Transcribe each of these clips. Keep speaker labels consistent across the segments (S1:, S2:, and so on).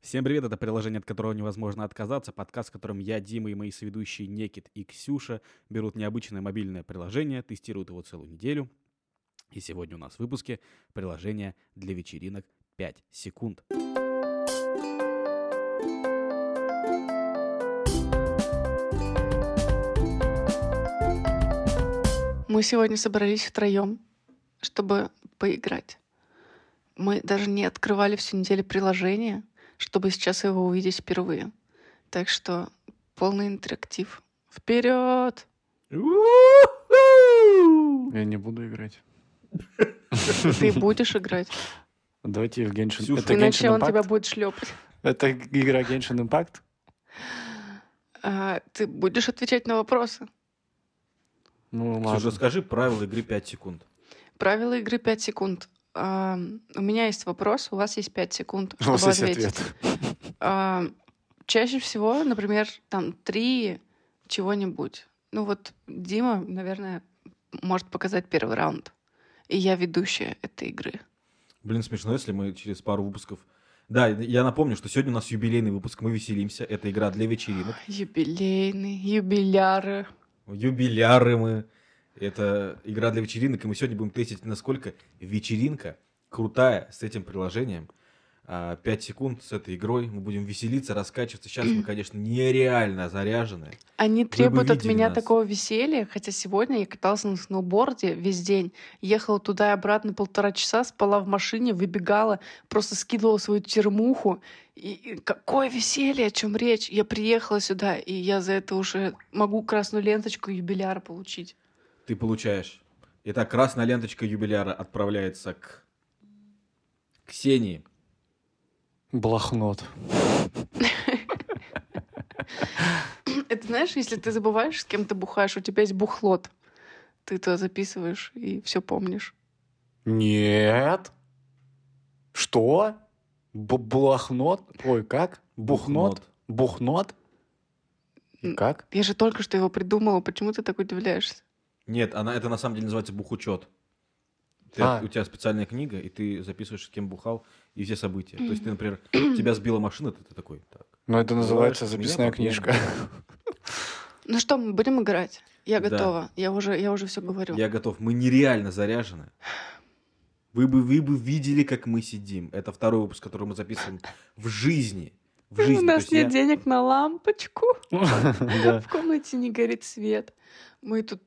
S1: Всем привет, это приложение, от которого невозможно отказаться, подкаст, в котором я, Дима и мои соведущие Некит и Ксюша берут необычное мобильное приложение, тестируют его целую неделю. И сегодня у нас в выпуске приложение для вечеринок 5 секунд.
S2: Мы сегодня собрались втроем, чтобы поиграть. Мы даже не открывали всю неделю приложение, чтобы сейчас его увидеть впервые. Так что полный интерактив. Вперед!
S3: Я не буду играть.
S2: Ты будешь играть.
S3: Давайте в Genshin...
S1: Ксюша.
S3: Это
S2: Иначе
S3: Genshin
S2: он тебя
S3: Impact?
S2: будет шлепать.
S3: Это игра Genshin Impact?
S2: А, ты будешь отвечать на вопросы.
S3: Ну,
S4: Ксюша,
S3: ладно.
S4: скажи правила игры 5 секунд.
S2: Правила игры 5 секунд. А, у меня есть вопрос, у вас есть 5 секунд,
S3: У
S2: чтобы
S3: вас есть
S2: ответить.
S3: ответ.
S2: А, чаще всего, например, там три чего-нибудь. Ну вот Дима, наверное, может показать первый раунд. И я ведущая этой игры.
S4: Блин, смешно, если мы через пару выпусков... Да, я напомню, что сегодня у нас юбилейный выпуск, мы веселимся. Это игра для вечеринок.
S2: Юбилейный, юбиляры.
S4: Юбиляры мы. Это игра для вечеринок, и мы сегодня будем тестить, насколько вечеринка крутая с этим приложением. 5 секунд с этой игрой. Мы будем веселиться, раскачиваться. Сейчас мы, конечно, нереально заряжены.
S2: Они
S4: бы
S2: требуют от
S4: видели
S2: меня
S4: нас.
S2: такого веселья, хотя сегодня я каталась на сноуборде весь день, ехала туда и обратно полтора часа, спала в машине, выбегала, просто скидывала свою термуху. И, и какое веселье, о чем речь? Я приехала сюда, и я за это уже могу красную ленточку юбиляра получить.
S4: Ты получаешь. Итак, красная ленточка юбиляра отправляется к Ксении.
S3: Блохнот.
S2: Это знаешь, если ты забываешь, с кем ты бухаешь, у тебя есть бухлот. Ты то записываешь и все помнишь.
S3: Нет. Что? Б- Блохнот? Ой, как? Бухнот? Бухнот? И
S2: М.
S3: как?
S2: Я же только что его придумала, почему ты так удивляешься?
S4: Нет, она, это на самом деле называется бухучет. Ты-
S3: А.
S4: У тебя специальная книга, и ты записываешь, с кем бухал, и все события. То есть ты, например, тебя сбила машина, ты, ты такой, так.
S3: Ну, это называется
S4: Бывает,
S3: записная
S4: меня потом.
S3: книжка.
S2: Ну что, мы будем играть? Я
S4: Да.
S2: готова. Я уже, я уже все говорю.
S4: Я готов. Мы нереально заряжены. Вы бы, вы бы видели, как мы сидим. Это второй выпуск, который мы записываем в жизни. В жизни.
S2: Ну, У
S4: То
S2: нас
S4: есть
S2: нет
S4: я-
S2: денег на лампочку.
S3: Да.
S2: В комнате не горит свет. Мы тут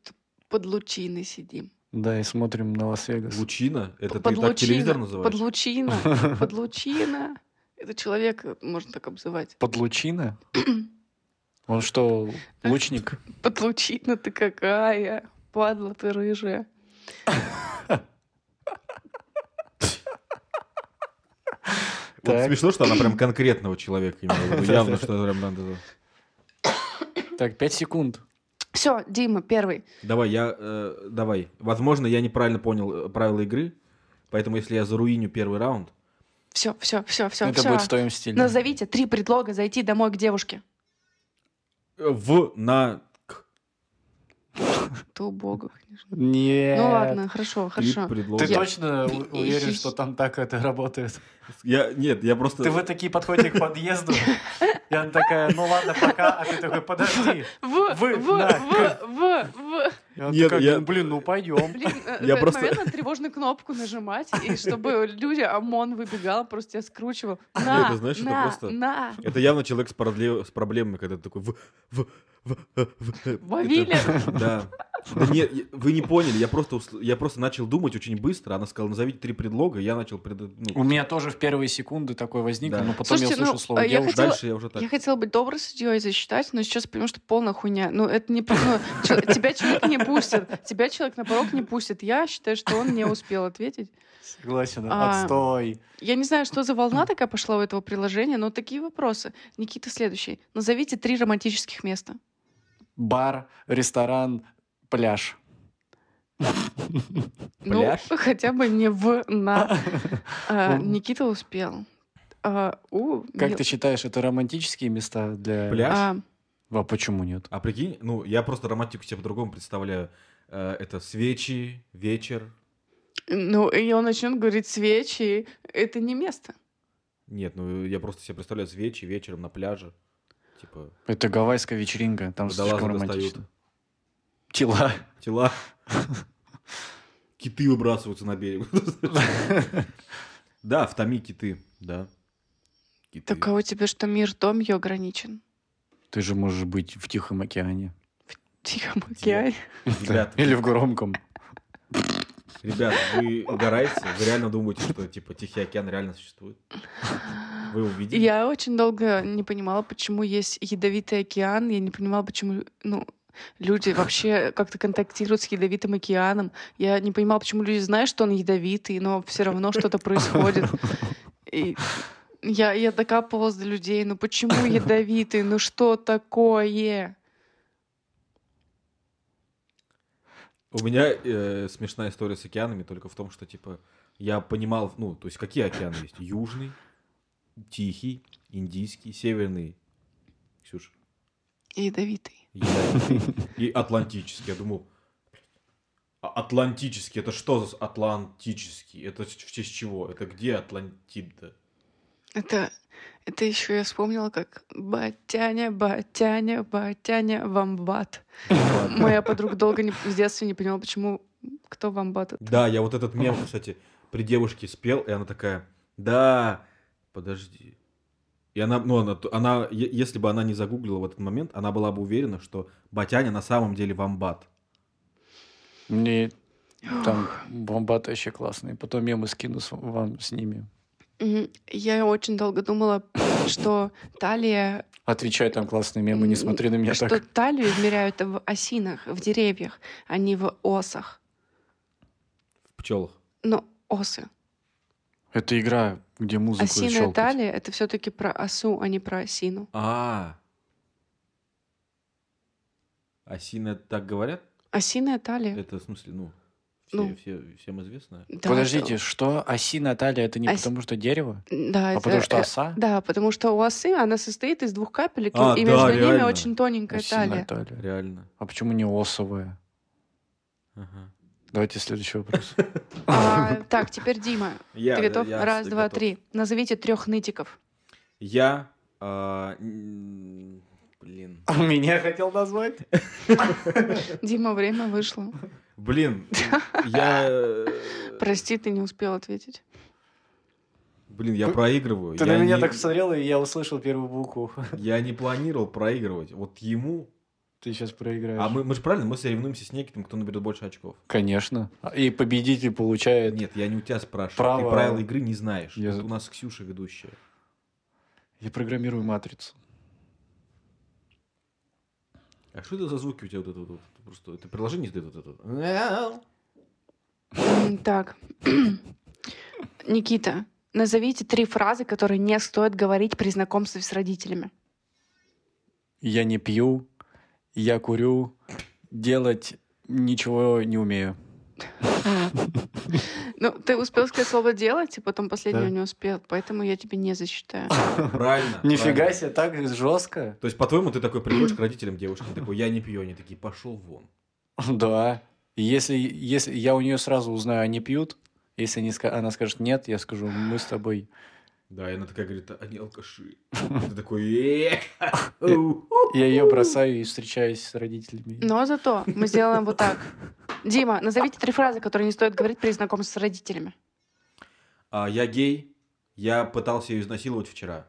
S2: под лучиной сидим.
S3: Да, и смотрим на Лас-Вегас.
S4: Лучина? Это
S2: под
S4: ты так телевизор называешь?
S2: Под лучина. Под лучина. Это человек, можно так обзывать.
S3: Подлучина? Он что,
S2: Э,
S3: лучник?
S2: Под лучина ты какая. Падла ты рыжая.
S4: Вот
S3: Так.
S4: смешно, что она прям конкретного человека имела. в виду. Явно, что прям надо...
S3: Так, пять секунд.
S2: Все, Дима, первый.
S4: Давай, я... э, давай. Возможно, я неправильно понял э, правила игры, поэтому если я заруиню первый раунд,
S2: Все, все, все, все,
S3: Это
S2: все.
S3: будет в твоем стиле.
S2: Назовите три предлога зайти домой к девушке.
S4: э, в на... к-
S2: Ты убого, конечно.
S3: Нет.
S2: Ну ладно, хорошо,
S4: три
S2: хорошо.
S4: предлога.
S3: Ты точно
S2: И-
S3: у-
S2: и-
S3: уверен, что там так это работает?
S4: Я... Нет, я просто...
S3: Ты вы такие подходите к подъезду, и она такая, ну ладно, пока, а ты такой, подожди.
S2: В,
S3: Вы,
S2: в,
S3: на,
S2: в, в, в.
S3: И она
S4: Нет,
S3: такая,
S4: я-
S3: «Ну, блин, ну пойдем.
S2: Блин, э, в
S4: Я
S2: этот
S4: просто-
S2: момент надо тревожную кнопку нажимать, и чтобы люди, а, ОМОН выбегал, просто тебя скручивал. На,
S4: ты знаешь, это
S2: на,
S4: просто-
S2: на,
S4: Это явно человек с, продле- с проблемами, когда ты такой в, в, в, э, в, э.
S2: Вавилин.
S4: Это- Да. Да нет, я- вы не поняли, я просто, усл- я просто начал думать очень быстро. Она сказала, назовите три предлога, я начал... пред- ну,
S3: У меня тоже в первые секунды такое возникло,
S4: Да.
S3: но потом я
S2: Слушайте, ну,
S3: услышал
S2: а
S3: слово
S2: я
S3: девушка.
S2: хотела-
S4: Дальше я уже так...
S2: Я хотела быть доброй судьей и засчитать, но сейчас понимаю, что полная хуйня. Ну, это не... ну, че- тебя человек не пустит. Тебя человек на порог не пустит. Я считаю, что он не успел ответить.
S3: Согласен,
S2: А.
S3: отстой.
S2: Я не знаю, что за волна такая пошла у этого приложения, но такие вопросы. Никита, следующий. Назовите три романтических места.
S3: Бар, ресторан, пляж.
S4: Пляж?
S2: Ну, хотя бы не в на. А, Никита успел. А, у,
S3: Как
S2: мил-
S3: ты считаешь, это романтические места для...
S4: Пляж?
S2: А,
S3: А почему нет?
S4: А прикинь, ну, я просто романтику себе по-другому представляю. Э, Это свечи, вечер.
S2: ну, и он начнет говорить свечи. Это не место.
S4: Нет, ну я просто себе представляю свечи вечером на пляже. Типа
S3: Это гавайская вечеринка, там
S4: водолазы
S3: слишком
S4: достают
S3: романтично. Тела.
S4: тела. Киты выбрасываются на берег. Да, в Томи киты, да. Киты.
S2: Так а у тебя что, мир Томью ограничен?
S3: Ты же можешь быть в Тихом океане.
S2: В Тихом океане.
S4: Ребят,
S3: Или в громком.
S4: Ребят, вы угораете? Вы реально думаете, что типа Тихий океан реально существует? Вы увидели?
S2: Я очень долго не понимала, почему есть ядовитый океан. Я не понимала, почему ну, люди вообще как-то контактируют с ядовитым океаном. Я не понимала, почему люди знают, что он ядовитый, но все равно что-то происходит. И я, я докапывалась до людей. Ну почему ядовитый? Ну что такое?
S4: У меня э, смешная история с океанами только в том, что типа я понимал, ну, то есть какие океаны есть? Южный, Тихий, Индийский, Северный, Ксюш,
S2: Ядовитый.
S4: Ядовитый и Атлантический. Я думал, «А Атлантический, это что за с- Атлантический? Это с- в честь чего? Это где Атлантида?
S2: Это, это еще я вспомнила, как «Батяня, батяня, батяня, вамбат». Моя подруга долго не, в детстве не понимала, почему, кто вамбат. это.
S4: Да, я вот этот мем, кстати, при девушке спел, и она такая, да, подожди. И она, ну, она, она, е- если бы она не загуглила в этот момент, она была бы уверена, что Батяня на самом деле вамбат.
S3: Мне там бомбаты вообще классные. Потом мемы скину с- вам с ними.
S2: Мгм. Я очень долго думала, что талия...
S3: Отвечай там классные мемы, не смотри на меня
S2: что
S3: так.
S2: талию измеряют в осинах, в деревьях, а не в осах.
S4: В пчелах.
S2: Но осы.
S3: Это игра, где музыку
S2: Осиная
S3: щелкать.
S2: талия — это все таки про осу, а не про осину.
S4: А. Осина так говорят?
S2: Осиная талия.
S4: Это в смысле, ну, все-
S2: Ну.
S4: все- всем известно.
S2: Да,
S3: Подождите, что? Осиная талия это не
S2: Ос-
S3: потому, что дерево,
S2: это- Да,
S3: а
S2: это-
S3: потому, что
S2: э,
S3: оса?
S2: Да, потому что у осы она состоит из двух капелек, и-
S4: А,
S2: и
S4: да,
S2: между ними
S4: реально.
S2: очень тоненькая
S3: Осиная
S2: талия.
S3: талия.
S4: Реально.
S3: А почему не осовая?
S4: Ага.
S3: Давайте следующий вопрос.
S2: А, так, теперь Дима, ты готов? Раз, два, три. Назовите трех нытиков.
S4: Я, а, м, блин,
S3: Меня хотел назвать?
S2: Дима, время вышло.
S4: блин, я, э,
S2: Прости, ты не успел ответить.
S4: блин, я проигрываю.
S5: Ты
S4: Я
S5: на меня
S4: не-
S5: так посмотрел, и я услышал первую букву.
S4: Я не планировал проигрывать. Вот ему.
S3: Ты сейчас проиграешь.
S4: А мы, мы же правильно, мы соревнуемся с неким, кто наберет больше очков.
S3: Конечно. И победитель получает...
S4: Нет, я не у тебя спрашиваю. Ты
S3: Право.
S4: правила игры не знаешь.
S3: Я-
S4: Тут у нас Ксюша ведущая.
S3: Я программирую матрицу.
S4: А что это за звуки у тебя вот это вот? это просто это приложение издает вот это. вот?
S2: М, Так. Никита, назовите три фразы, которые не стоит говорить при знакомстве с родителями.
S3: Я не пью, я курю, делать ничего не умею.
S2: Ну, ты успел сказать слово «делать», и потом последнего
S3: Да.
S2: не успел, поэтому я тебе не засчитаю.
S4: Правильно.
S3: Нифига
S4: правильно.
S3: себе, так жестко.
S4: То есть, по-твоему, ты такой приходишь к родителям девушки, ты такой, я не пью, они такие, пошел вон.
S3: Да. Если, если я у нее сразу узнаю, они пьют, если они ска- она скажет нет, я скажу, мы с тобой.
S4: Да, и она такая говорит, они алкаши. Ты такой, «Э, у, у».
S3: Я ее бросаю и встречаюсь с родителями.
S2: Но зато мы сделаем вот так. Дима, назовите три фразы, которые не стоит говорить при знакомстве с родителями.
S4: А, я гей, я пытался ее изнасиловать вчера.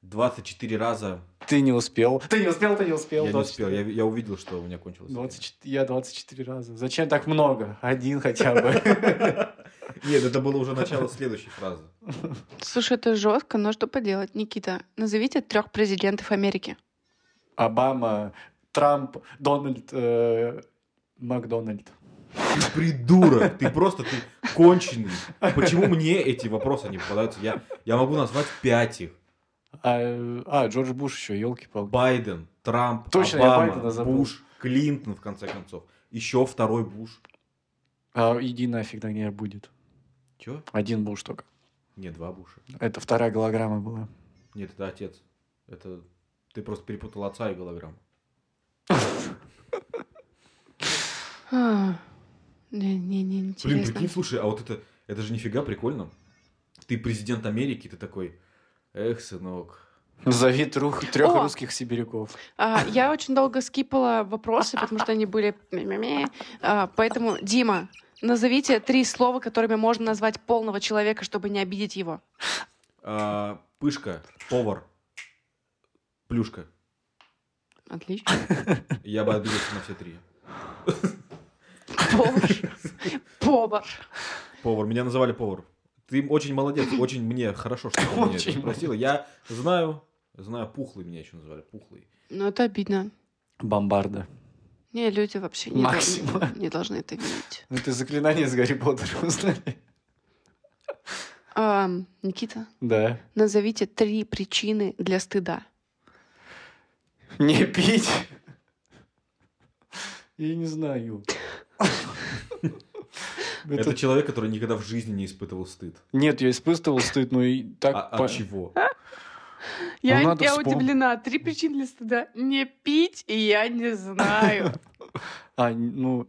S4: 24 раза
S3: Ты не успел.
S5: Ты не успел, ты не успел.
S4: я не
S5: 24.
S4: успел, я, я увидел, что у меня кончилось.
S3: 24 я 24 раза. Зачем так много? Один хотя бы.
S4: Нет, это было уже начало следующей фразы.
S2: Слушай, это жестко, но что поделать, Никита? Назовите трех президентов Америки.
S3: Обама, Трамп, Дональд, э, Макдональд.
S4: Придурок, ты просто ты конченый. Почему мне эти вопросы не попадаются? Я, я могу назвать пять их.
S3: А, э, а, Джордж Буш еще, елки-палки.
S4: Байден, Трамп,
S3: Точно, я Байдена
S4: Обама,
S3: забыл.
S4: Буш, Клинтон, в конце концов. Еще второй Буш.
S3: А, иди нафиг, да не будет.
S4: Че?
S3: Один Буш только.
S4: Нет, два Буша.
S3: Это вторая голограмма была.
S4: Нет, это отец. Это ты просто перепутал отца и голограмму.
S2: А, Не-не-не,
S4: Блин,
S2: интересно.
S4: прикинь, слушай, а вот это, это же нифига прикольно. Ты президент Америки, ты такой, Эх, сынок.
S3: Зови трех, трех
S2: О!
S3: русских сибиряков.
S2: А, я очень долго скипала вопросы, потому что они были... мя-мя-мя. А, поэтому, Дима, назовите три слова, которыми можно назвать полного человека, чтобы не обидеть его.
S4: А, пышка, повар, плюшка.
S2: Отлично.
S4: Я бы отбился на все три.
S2: Повар. Повар.
S4: Повар. Меня называли повар. Ты очень молодец, очень мне хорошо, что ты меня это
S3: Очень
S4: спросила. Я знаю, знаю, пухлый меня еще называли, пухлый.
S2: Ну, это обидно.
S3: Бомбарда.
S2: Не, люди вообще не,
S3: Максим.
S2: должны, не должны это видеть.
S3: Ну, ты заклинание с Гарри Поттера узнали?
S2: А, Никита,
S3: Да.
S2: назовите три причины для стыда.
S3: Не пить. Я не знаю.
S4: Это...
S3: Это-
S4: человек, который никогда в жизни не испытывал стыд.
S3: Нет, я испытывал стыд, но ну, и так...
S4: А-
S3: по-
S4: От чего?
S2: Я,
S3: надо
S2: я
S3: вспом-
S2: удивлена. Три причины для стыда. Не пить, и я не знаю.
S3: А, ну...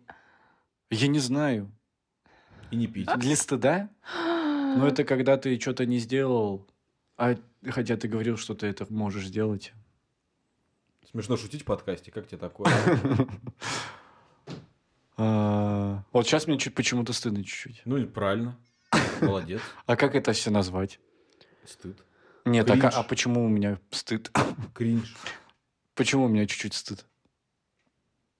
S3: Я не знаю.
S4: И не пить.
S3: Для стыда? Ну, это когда ты что-то не сделал, а хотя ты говорил, что ты это можешь сделать.
S4: Смешно шутить в подкасте, как тебе такое?
S3: А, Вот сейчас мне чуть почему-то стыдно чуть-чуть.
S4: Ну и правильно. Молодец.
S3: А как это все назвать?
S4: Стыд.
S3: Нет, а ка-
S4: Кринж.
S3: а почему у меня стыд?
S4: Кринж.
S3: Почему у меня чуть-чуть стыд?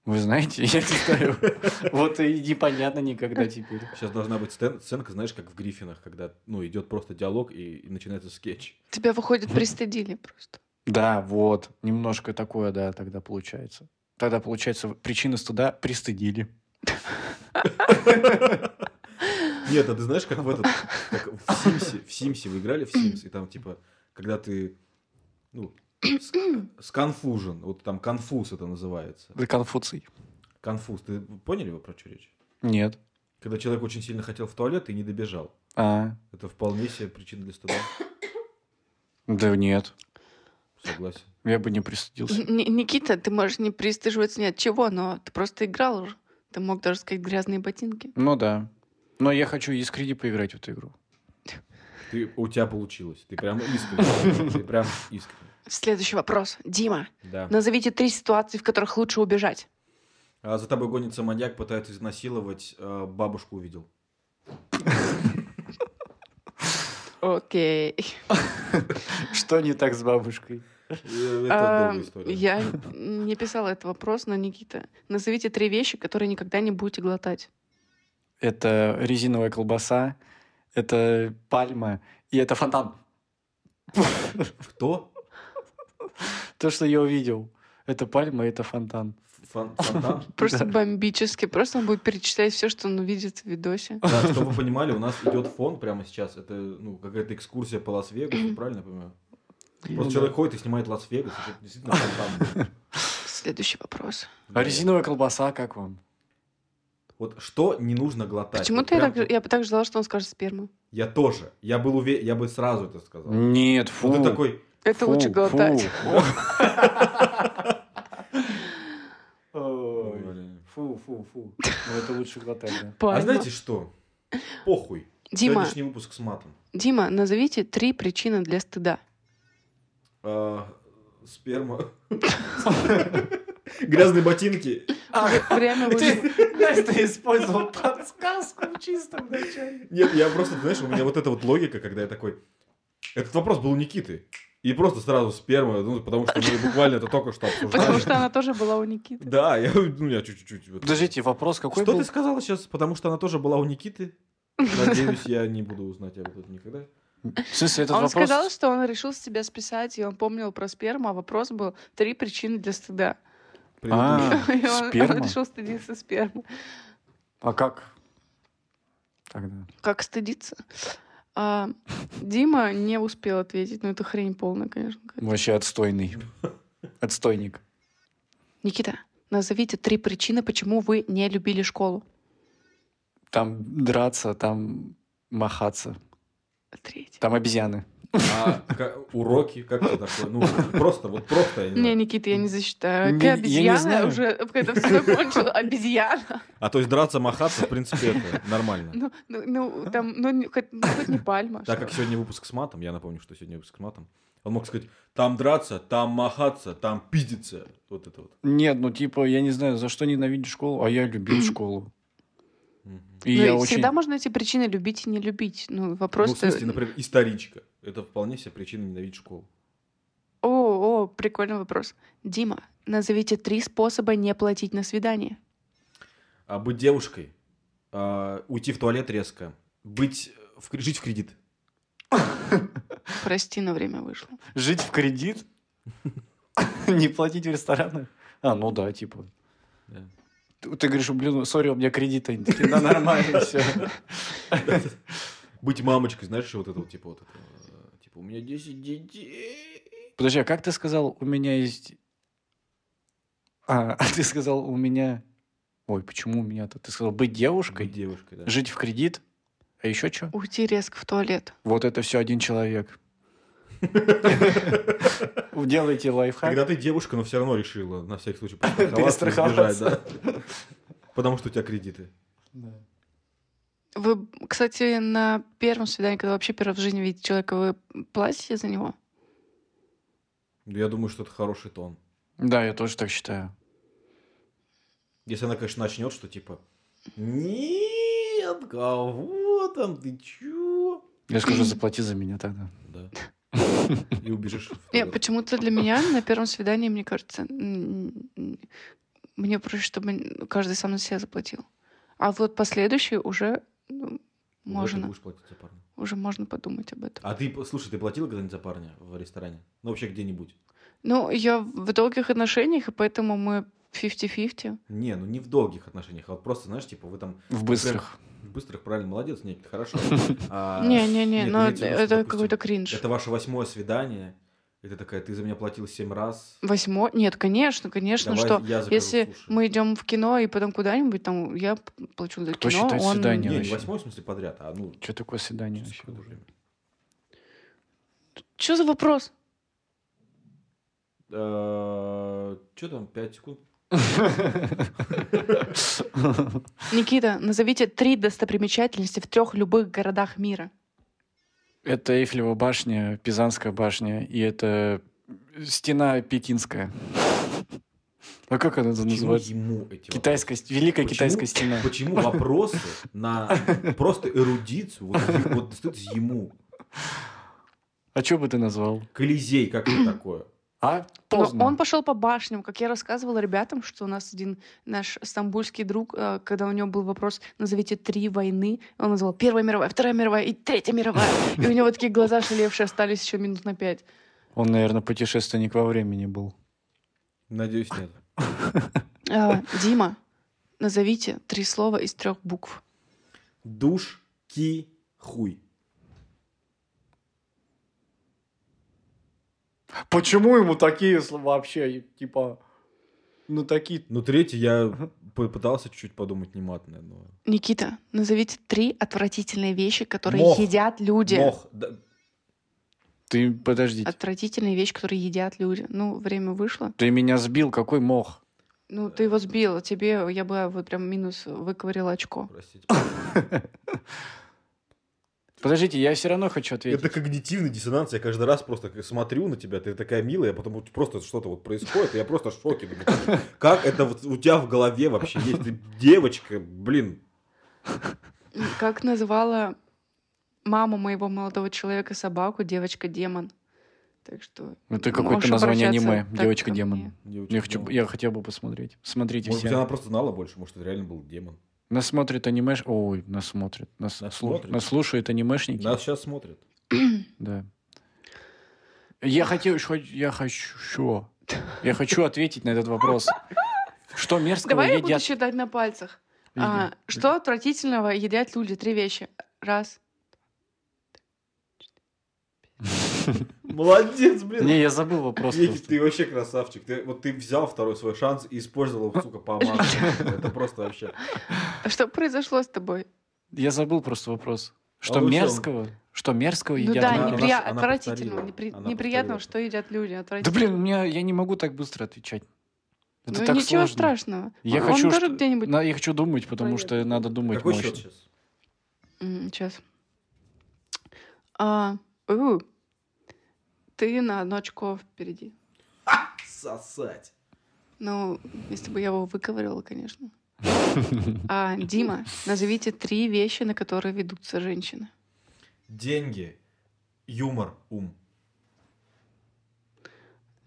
S3: Вы знаете, я не знаю. Вот и непонятно никогда типа. теперь.
S4: Сейчас должна быть стен- сценка, знаешь, как в Гриффинах, когда ну, идет просто диалог и, и начинается скетч.
S2: Тебя, выходит, пристыдили просто.
S3: Да, вот. Немножко такое, да, тогда получается. Тогда, получается, причины стыда пристыдили.
S4: Нет, а ты знаешь, как в этот, как в Симсе, в Симсе вы играли в Симс, и там типа, когда ты, ну, с- сконфужен, вот там конфуз это называется.
S3: Да Конфуций.
S4: Конфуз, ты поняли вы про что речь?
S3: Нет.
S4: Когда человек очень сильно хотел в туалет и не добежал.
S3: А,
S4: Это вполне себе причина для стыда.
S3: да нет.
S4: Согласен.
S3: Я бы не пристыдился.
S2: Н- Никита, ты можешь не пристыживаться ни от чего, но ты просто играл уже. Ты мог даже сказать грязные ботинки.
S3: Ну да. Но я хочу искренне поиграть в эту игру.
S4: Ты, у тебя получилось. Ты прям искренне. Ты прям искренне.
S2: Следующий вопрос. Дима,
S4: Да.
S2: назовите три ситуации, в которых лучше убежать.
S4: А за тобой гонится маньяк, пытается изнасиловать, э, бабушку увидел.
S2: Окей.
S3: Что не так с бабушкой?
S4: Э, Это долгая история.
S2: А, Я не писала этот вопрос, но, Никита, назовите три вещи, которые никогда не будете глотать.
S3: Это резиновая колбаса, это пальма и это фонтан.
S4: Кто?
S3: То, что я увидел. Это пальма, это фонтан.
S4: Фон- Фонтан?
S2: Просто
S3: Да.
S2: бомбически. Просто он будет перечислять все, что он увидит в видосе.
S4: Да, чтобы вы понимали, у нас идет фон прямо сейчас. Это ну, какая-то экскурсия по Лас-Вегасу, правильно я понимаю?
S2: Ну
S3: Ну
S4: Просто человек ходит и снимает Лас-Вегас, и это действительно фонтан.
S2: Следующий вопрос.
S3: А резиновая колбаса, как вам?
S4: Вот что не нужно глотать? Вот
S2: Почему-то я
S4: прям-
S2: так, я так ждала, что он скажет сперму.
S4: Я тоже. Я был уверен, я бы сразу это сказал.
S3: Нет, фу.
S4: Вот ты такой,
S2: Это
S3: фу,
S2: лучше
S3: фу.
S2: глотать.
S3: Ой,
S4: Блин.
S3: Фу, фу, фу. Ну, это лучше глотать, да.
S4: а
S2: Пальма.
S4: знаете что? Похуй.
S2: ну. Дима,
S4: Сегодняшний выпуск с матом.
S2: Дима, назовите три причины для стыда.
S4: А, сперма. Грязные ботинки.
S3: А,
S2: Вы- Время вышло.
S3: Настя использовал подсказку в чистом начале.
S4: Нет, я просто, знаешь, у меня вот эта вот логика, когда я такой... Этот вопрос был у Никиты. И просто сразу сперма, ну, потому что мы буквально это только что обсуждали.
S2: Потому что она тоже была у Никиты.
S4: Да, я, ну, я чуть-чуть... вот-
S3: Подождите, вопрос какой
S4: Что
S3: был?
S4: ты сказала сейчас? Потому что она тоже была у Никиты. Надеюсь, я не буду узнать об этом никогда.
S3: В смысле, этот
S2: А Он
S3: вопрос...
S2: сказал, что он решил с тебя списать, и он помнил про сперму, а вопрос был три причины для стыда.
S3: А,
S4: Предыдущий.
S2: И он,
S3: сперма?
S2: он решил стыдиться спермы.
S3: А как? Тогда.
S2: Как стыдиться? А, Дима не успел ответить, но это хрень полная, конечно. какая-то.
S3: Вообще отстойный. Отстойник.
S2: Никита, назовите три причины, почему вы не любили школу.
S3: Там драться, там махаться.
S2: Третья.
S3: Там обезьяны.
S4: А ка- уроки, как это такое? Ну, просто, вот просто. я не
S2: Не,
S4: знаю.
S2: Никита, я не засчитаю.
S3: Не-
S2: Ты
S3: я не
S2: обезьяна
S3: знаю.
S2: уже, когда все закончила, обезьяна.
S4: А то есть драться, махаться, в принципе, это нормально.
S2: Ну, ну, ну, там, ну, не- хоть ну, хоть не пальма.
S4: Так
S2: что
S4: как сегодня выпуск с матом, я напомню, что сегодня выпуск с матом, он мог сказать, там драться, там махаться, там пиздиться. Вот это вот.
S3: Нет, ну типа, я не знаю, за что ненавидишь школу, а я любил школу.
S4: Мгм.
S3: И
S2: Ну,
S3: я
S2: и
S3: очень...
S2: всегда можно найти причины любить и не любить. Ну, вопрос...
S4: Ну, в смысле, например, историчка. Это вполне себе причина ненавидеть школу.
S2: О, о, прикольный вопрос. Дима, назовите три способа не платить на свидание.
S4: А быть девушкой, а, уйти в туалет резко, быть э, в, кре- жить в кредит.
S2: Прости, но время вышло.
S3: Жить в кредит? Не платить в ресторанах? А, ну да, типа.
S4: Да.
S3: Ты ты говоришь, блин, сори, у меня кредита нет». Такие, Да нормально все.
S4: Быть мамочкой, знаешь, вот это вот, типа, вот это, э, типа, у меня 10 детей.
S3: Подожди, а как ты сказал, у меня есть... А, а ты сказал, у меня... Ой, почему у меня-то? Ты сказал, быть девушкой,
S4: Быть девушкой, да.
S3: жить в кредит, а еще что?
S2: Уйти резко в туалет.
S3: Вот это все один человек. Делайте лайфхак.
S4: Когда ты девушка, но все равно решила на всякий случай
S3: Перестраховаться.
S4: избежать, да. Потому что у тебя кредиты.
S3: Да.
S2: Вы, кстати, на первом свидании, когда вообще первый в жизни видите человека, вы платите за него?
S4: Ну, Я думаю, что это хороший тон.
S3: Да, я тоже так считаю.
S4: Если она, конечно, начнет, что типа нет, кого там, ты чё?
S3: Я скажу, заплати за меня тогда.
S4: Да. И убежишь. в
S2: Нет,
S4: туалет.
S2: Э, почему-то для меня на первом свидании, мне кажется, м, м, мне проще, чтобы каждый сам за себя заплатил. А вот последующий уже ну,
S4: Ну, вот ты
S2: можно,
S4: будешь платить за парня.
S2: уже можно подумать об этом.
S4: А ты, п- слушай, ты платила когда-нибудь за парня в ресторане? Ну, вообще где-нибудь?
S2: Ну, я в долгих отношениях, и поэтому мы 50-50.
S4: Не, ну не в долгих отношениях, а вот просто, знаешь, типа вы там
S3: В быстрых.
S4: в быстрых, правильно, молодец, нет, хорошо. А,
S2: Не-не-не,
S4: нет,
S2: но
S4: имеется в виду, что,
S2: ну, это
S4: допустим,
S2: какой-то кринж.
S4: Это ваше восьмое свидание. И ты такая, ты за меня платил семь раз.
S2: Восьмой? Нет, конечно, конечно,
S4: давай
S2: что...
S4: я закажу
S2: Если
S4: суши.
S2: мы идем в кино и потом куда-нибудь, там я п- плачу за
S3: Кто
S2: кино,
S3: считает
S2: он...
S3: свидание?
S4: Не, не
S3: вообще.
S4: восьмое в смысле подряд, а ну...
S3: Что такое свидание
S4: через
S3: вообще?
S4: какое-то время.
S2: Что за вопрос?
S4: Э, Чё там, пять секунд?
S2: Никита, назовите три достопримечательности в трех любых городах мира.
S3: Это Эйфелева башня, Пизанская башня, и это стена Пекинская. А как она
S4: Почему
S3: называется?
S4: ему эти
S3: Китайская, ст- Великая
S4: Почему?
S3: Китайская стена.
S4: вопросы? Почему вопросы на просто эрудицию вот, е- вот достаются ему?
S3: А что бы ты назвал?
S4: Колизей, как это такое?
S3: А?
S2: Но
S3: Поздно.
S2: Типа, он пошел по башням, как я рассказывала ребятам, что у нас один наш стамбульский друг, э, когда у него был вопрос, назовите три войны, он назвал Первая мировая, Вторая мировая и Третья мировая. И у него такие глаза шалевшие остались еще минут на пять.
S3: Он, наверное, путешественник во времени был.
S4: Надеюсь, нет.
S2: Э, Дима, назовите три слова из трех букв.
S4: Душ, ки, хуй.
S3: Почему ему такие слова вообще, типа, ну такие...
S4: Ну, третий я п- пытался чуть-чуть подумать нематное, но...
S2: Никита, назовите три отвратительные вещи, которые
S4: Мох.
S2: едят люди.
S4: Мох, да,
S3: Ты, подожди,
S2: А Отвратительные вещи, которые едят люди. Ну, время вышло.
S3: ты меня сбил, какой мох?
S2: Ну, ты его сбил. Тебе я бы вот прям минус выковырила очко.
S4: простите.
S3: Подождите, я все равно хочу ответить.
S4: Это когнитивный диссонанс. Я каждый раз просто как смотрю на тебя, ты такая милая, а потом вот просто что-то вот происходит, и я просто в шоке. Думаю, Как это вот у тебя в голове вообще есть? Ты девочка, блин.
S2: Как называла мама моего молодого человека собаку девочка-демон? Так что...
S3: Ну, Это
S2: можешь
S3: какое-то название
S2: обращаться
S3: аниме.
S2: так ко
S3: Девочка-демон.
S2: мне.
S4: Девочка,
S3: Я, хочу,
S4: ну,
S3: я хотел бы посмотреть. Смотрите
S4: Может
S3: все.
S4: быть, она просто знала больше, может, это реально был демон.
S3: Нас смотрит анимеш... Ой, нас смотрит. Нас,
S4: Нас
S3: слу-
S4: смотрит.
S3: нас слушают анимешники.
S4: Нас сейчас смотрят.
S3: Да. Я хотел... ещё- Я хочу... что? Я хочу ответить на этот вопрос. Что мерзкого
S2: Давай я буду
S3: едят...
S2: считать на пальцах. А,
S3: едят-
S2: что отвратительного едят люди? Три вещи. Раз.
S4: Молодец, блин.
S3: Не, я забыл вопрос.
S4: Никит,
S3: просто.
S4: ты вообще красавчик. Ты, вот ты взял второй свой шанс и использовал, сука, по маслу. Это просто вообще.
S2: А Что произошло с тобой?
S3: Я забыл просто вопрос. Что
S4: лучше-
S3: мерзкого? Что мерзкого
S2: Ну
S3: едят
S2: да,
S3: люди?
S4: она-
S2: неприя-
S4: она
S2: отвратительного,
S4: повторила.
S2: непри-
S4: Она
S2: неприятного,
S4: повторила.
S2: что едят люди.
S3: Да
S2: Отвратительно.
S3: блин, у меня, я не могу так быстро отвечать. Это
S2: ну
S3: так
S2: ничего
S3: сложно.
S2: страшного.
S3: Я
S2: Он
S3: хочу,
S2: тоже
S3: что-
S2: где-нибудь...
S3: На- я хочу думать, потому что надо думать
S4: Какой
S3: мощно.
S4: счет сейчас?
S2: Сейчас. А, ты на одно очко впереди.
S4: Сосать.
S2: Ну, если бы я его выковырила, конечно. А, Дима, назовите три вещи, на которые ведутся женщины.
S4: Деньги, юмор, ум.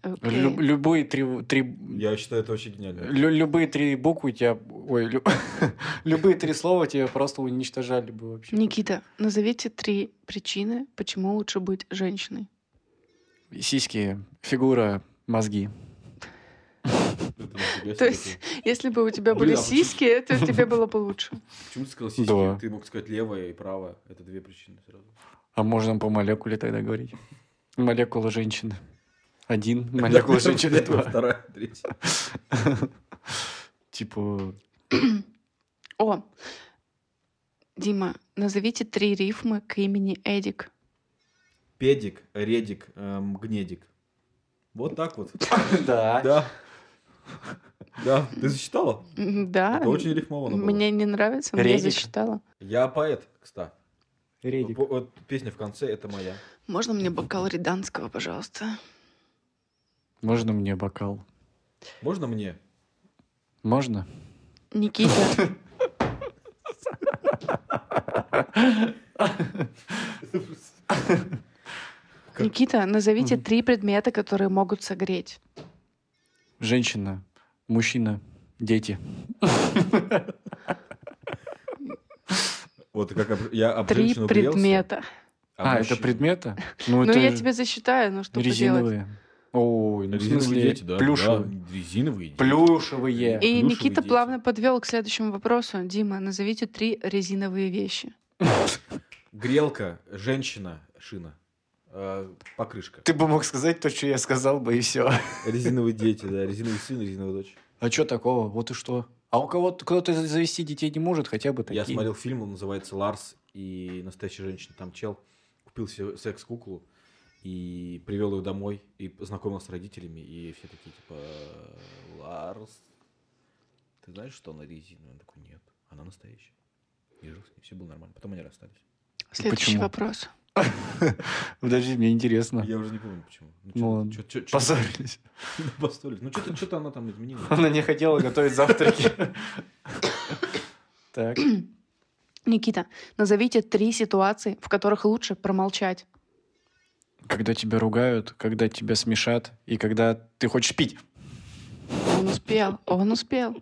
S2: Окей.
S3: Лю- любые три, три-
S4: Я считаю, это очень гениально.
S3: лю- любые три буквы тебя... Ой, лю- любые три слова тебя просто уничтожали бы вообще.
S2: Никита, назовите три причины, почему лучше быть женщиной.
S3: Сиськи, фигура, мозги.
S4: Это нифига
S2: То
S4: себе.
S2: есть, если бы у тебя были
S4: Блин, а почему-
S2: сиськи, то тебе было бы лучше.
S4: Почему ты сказал
S3: Да.
S4: сиськи? Ты мог сказать левая и правая. Это две причины сразу.
S3: А можно по молекуле тогда говорить? Молекула женщины. Один, молекула женщины
S4: Первая,
S3: два.
S4: Вторая, третья.
S3: Типа...
S2: О, Дима, назовите три рифмы к имени Эдик.
S4: Педик, редик, эм, гнедик. Вот так вот.
S3: Да.
S4: Да. Да, ты засчитала?
S2: М, Да,
S4: Это очень рифмовано было.
S2: мне не нравится, но я
S3: Редик.
S2: засчитала.
S4: Я поэт, кстати.
S3: Редик.
S4: По- вот песня в конце это моя.
S2: Можно мне бокал Риданского, пожалуйста?
S3: Можно мне бокал?
S4: Можно мне?
S3: Можно?
S2: Никита,
S4: Как?
S2: Никита, назовите три предмета, которые могут согреть.
S3: Женщина, мужчина, дети.
S4: Вот как об- я об
S2: Три
S4: женщину грелся,
S2: предмета.
S4: об
S3: А,
S4: мужчину.
S3: это предметы?
S2: Ну,
S3: это
S2: я
S3: же
S2: тебе засчитаю, ну что поделать.
S3: резиновые. Ой, ну в
S4: Резиновые
S3: смысле
S4: дети, да.
S3: плюшевые.
S4: да, резиновые дети.
S3: Плюшевые.
S2: И
S4: Плюшевые
S2: Никита
S4: дети.
S2: плавно подвел к следующему вопросу. Дима, назовите три резиновые вещи.
S4: Грелка, женщина, шина. Э, покрышка.
S3: Ты бы мог сказать то, что я сказал бы, и все.
S4: Резиновые дети, да. Резиновый сын, резиновая дочь.
S3: А что такого? Вот и что? А у кого-то кто-то завести детей не может, хотя бы такие.
S4: Я смотрел фильм, он называется «Ларс и настоящая женщина». Там чел купил себе секс-куклу и привел ее домой, и познакомился с родителями, и все такие, типа, «Ларс, ты знаешь, что она резиновая?» Он такой, «Нет, она настоящая». И жил с ней, все было нормально. Потом они расстались.
S2: Следующий
S3: Почему?
S2: вопрос.
S3: Подожди, мне интересно.
S4: Я уже не помню, почему.
S3: Ну ладно.
S4: чё- чё- чё-
S3: Поссорились.
S4: поссорились. Ну, что-то что-то она там изменила.
S3: Она не хотела готовить завтраки. Так.
S2: Никита, назовите три ситуации, в которых лучше промолчать.
S3: Когда тебя ругают, когда тебя смешат и когда ты хочешь пить.
S2: Он успел, он успел.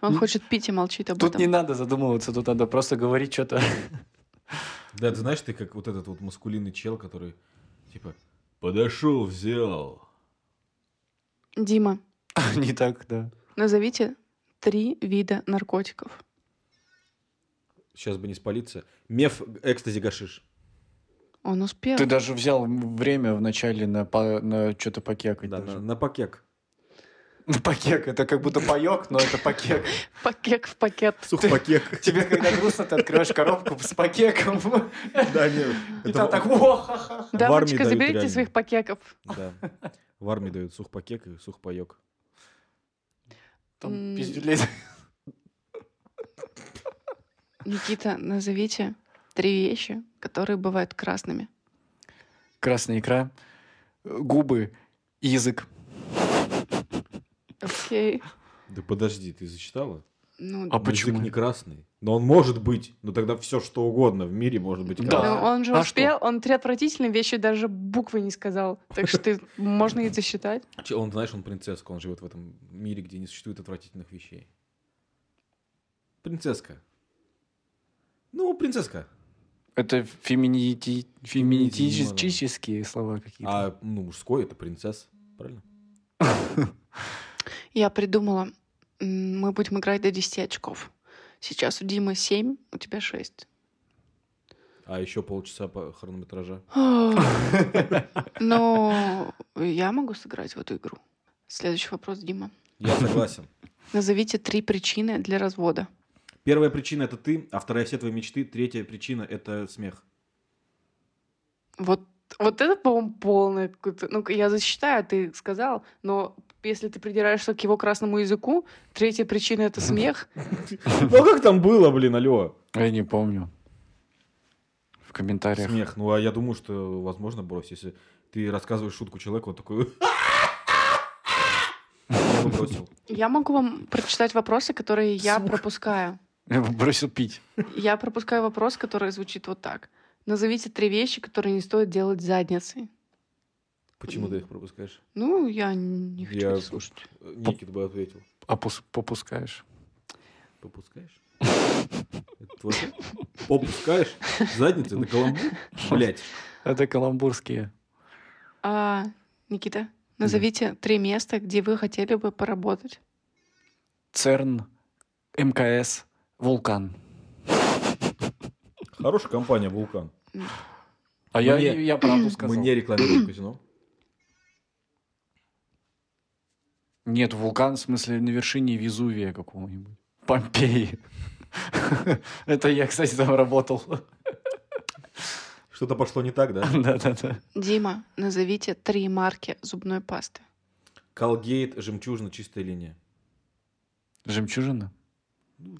S2: Он хочет пить и молчит об
S3: Тут не
S2: этом.
S3: надо задумываться, тут надо просто говорить что-то.
S4: Да, ты знаешь, ты как вот этот вот маскулинный чел, который, типа, подошел, взял.
S2: Дима,
S3: Не так, да.
S2: назовите три вида наркотиков.
S4: Сейчас бы не спалиться. Меф, экстази, гашиш.
S2: Он успел.
S3: Ты даже взял время вначале на, по- на что-то покекать.
S4: Да,
S3: даже.
S4: на, на пакек.
S3: Ну, Покек, это как будто паёк, но это покек.
S2: Пакет в пакет.
S4: Сухпакек.
S3: Тебе, когда грустно, ты открываешь коробку с покеком.
S4: Да, нет.
S3: И
S4: это
S3: там
S4: в-
S3: так, о, ха-ха.
S4: армии
S2: Дамочка,
S4: дают
S2: заберите
S4: реально.
S2: своих пакеков.
S4: Да. В армии дают сухпакек и сухпаек.
S3: Там
S2: М.
S3: пиздюлей.
S2: Никита, назовите три вещи, которые бывают красными.
S3: Красная икра, губы, язык.
S2: Окей.
S4: Да подожди, ты зачитала?
S2: Ну,
S3: А
S4: Ну, язык
S3: почему?
S4: не красный. Но он может быть. Но тогда все, что угодно в мире может быть
S3: Да.
S2: ну,
S4: красным.
S2: он же
S3: А
S2: успел, он три отвратительные вещи даже буквы не сказал. Так что ты можно и засчитать.
S4: Че, Он, знаешь, он принцесска. Он живет в этом мире, где не существует отвратительных вещей. Принцесска. Ну, принцеска.
S3: Это феминити- феминитические слова какие-то.
S4: А ну, мужской это принцесс. Правильно?
S2: Я придумала, м, мы будем играть до 10 очков. Сейчас у Димы 7, у тебя 6.
S4: А еще полчаса по хронометража.
S2: Ну, я могу сыграть в эту игру. Следующий вопрос, Дима.
S4: Я согласен.
S2: Назовите три причины для развода.
S4: Первая причина это ты, а вторая все твои мечты. Третья причина это смех.
S2: Вот, вот это, по-моему, полное какое-то... Ну, я засчитаю, ты сказал, но если ты придираешься к его красному языку, третья причина — это смех.
S4: Ну а как там было, блин, алло?
S3: Я не помню. В комментариях.
S4: Смех. Ну а я думаю, что возможно, брось, если ты рассказываешь шутку человеку, он такой... Я бы бросил.
S2: Я могу вам прочитать вопросы, которые я
S3: Сука.
S2: пропускаю.
S3: Я бросил пить.
S2: Я пропускаю вопрос, который звучит вот так. Назовите три вещи, которые не стоит делать задницей.
S4: Почему ты их пропускаешь?
S2: Ну, я не хочу
S4: Я-
S2: это слушать.
S4: Э, Никит бы ответил.
S3: Опус- попускаешь.
S4: Попускаешь? Это твой- Попускаешь? Задница? Это каламбур? Блять.
S3: Это каламбурские.
S2: А, Никита, назовите три места, где вы хотели бы поработать.
S3: ЦЕРН, МКС, Вулкан.
S4: Хорошая компания «Вулкан».
S3: А я,
S4: Мне-
S3: я правду сказал.
S4: Мы не рекламируем казино.
S3: Нет, вулкан, в смысле, на вершине Везувия какого-нибудь. Помпеи. Это я, кстати, там работал.
S4: Что-то пошло не так, да?
S3: Да-да-да.
S2: Дима, назовите три марки зубной пасты.
S4: Колгейт, жемчужина, чистая линия.
S3: Жемчужина?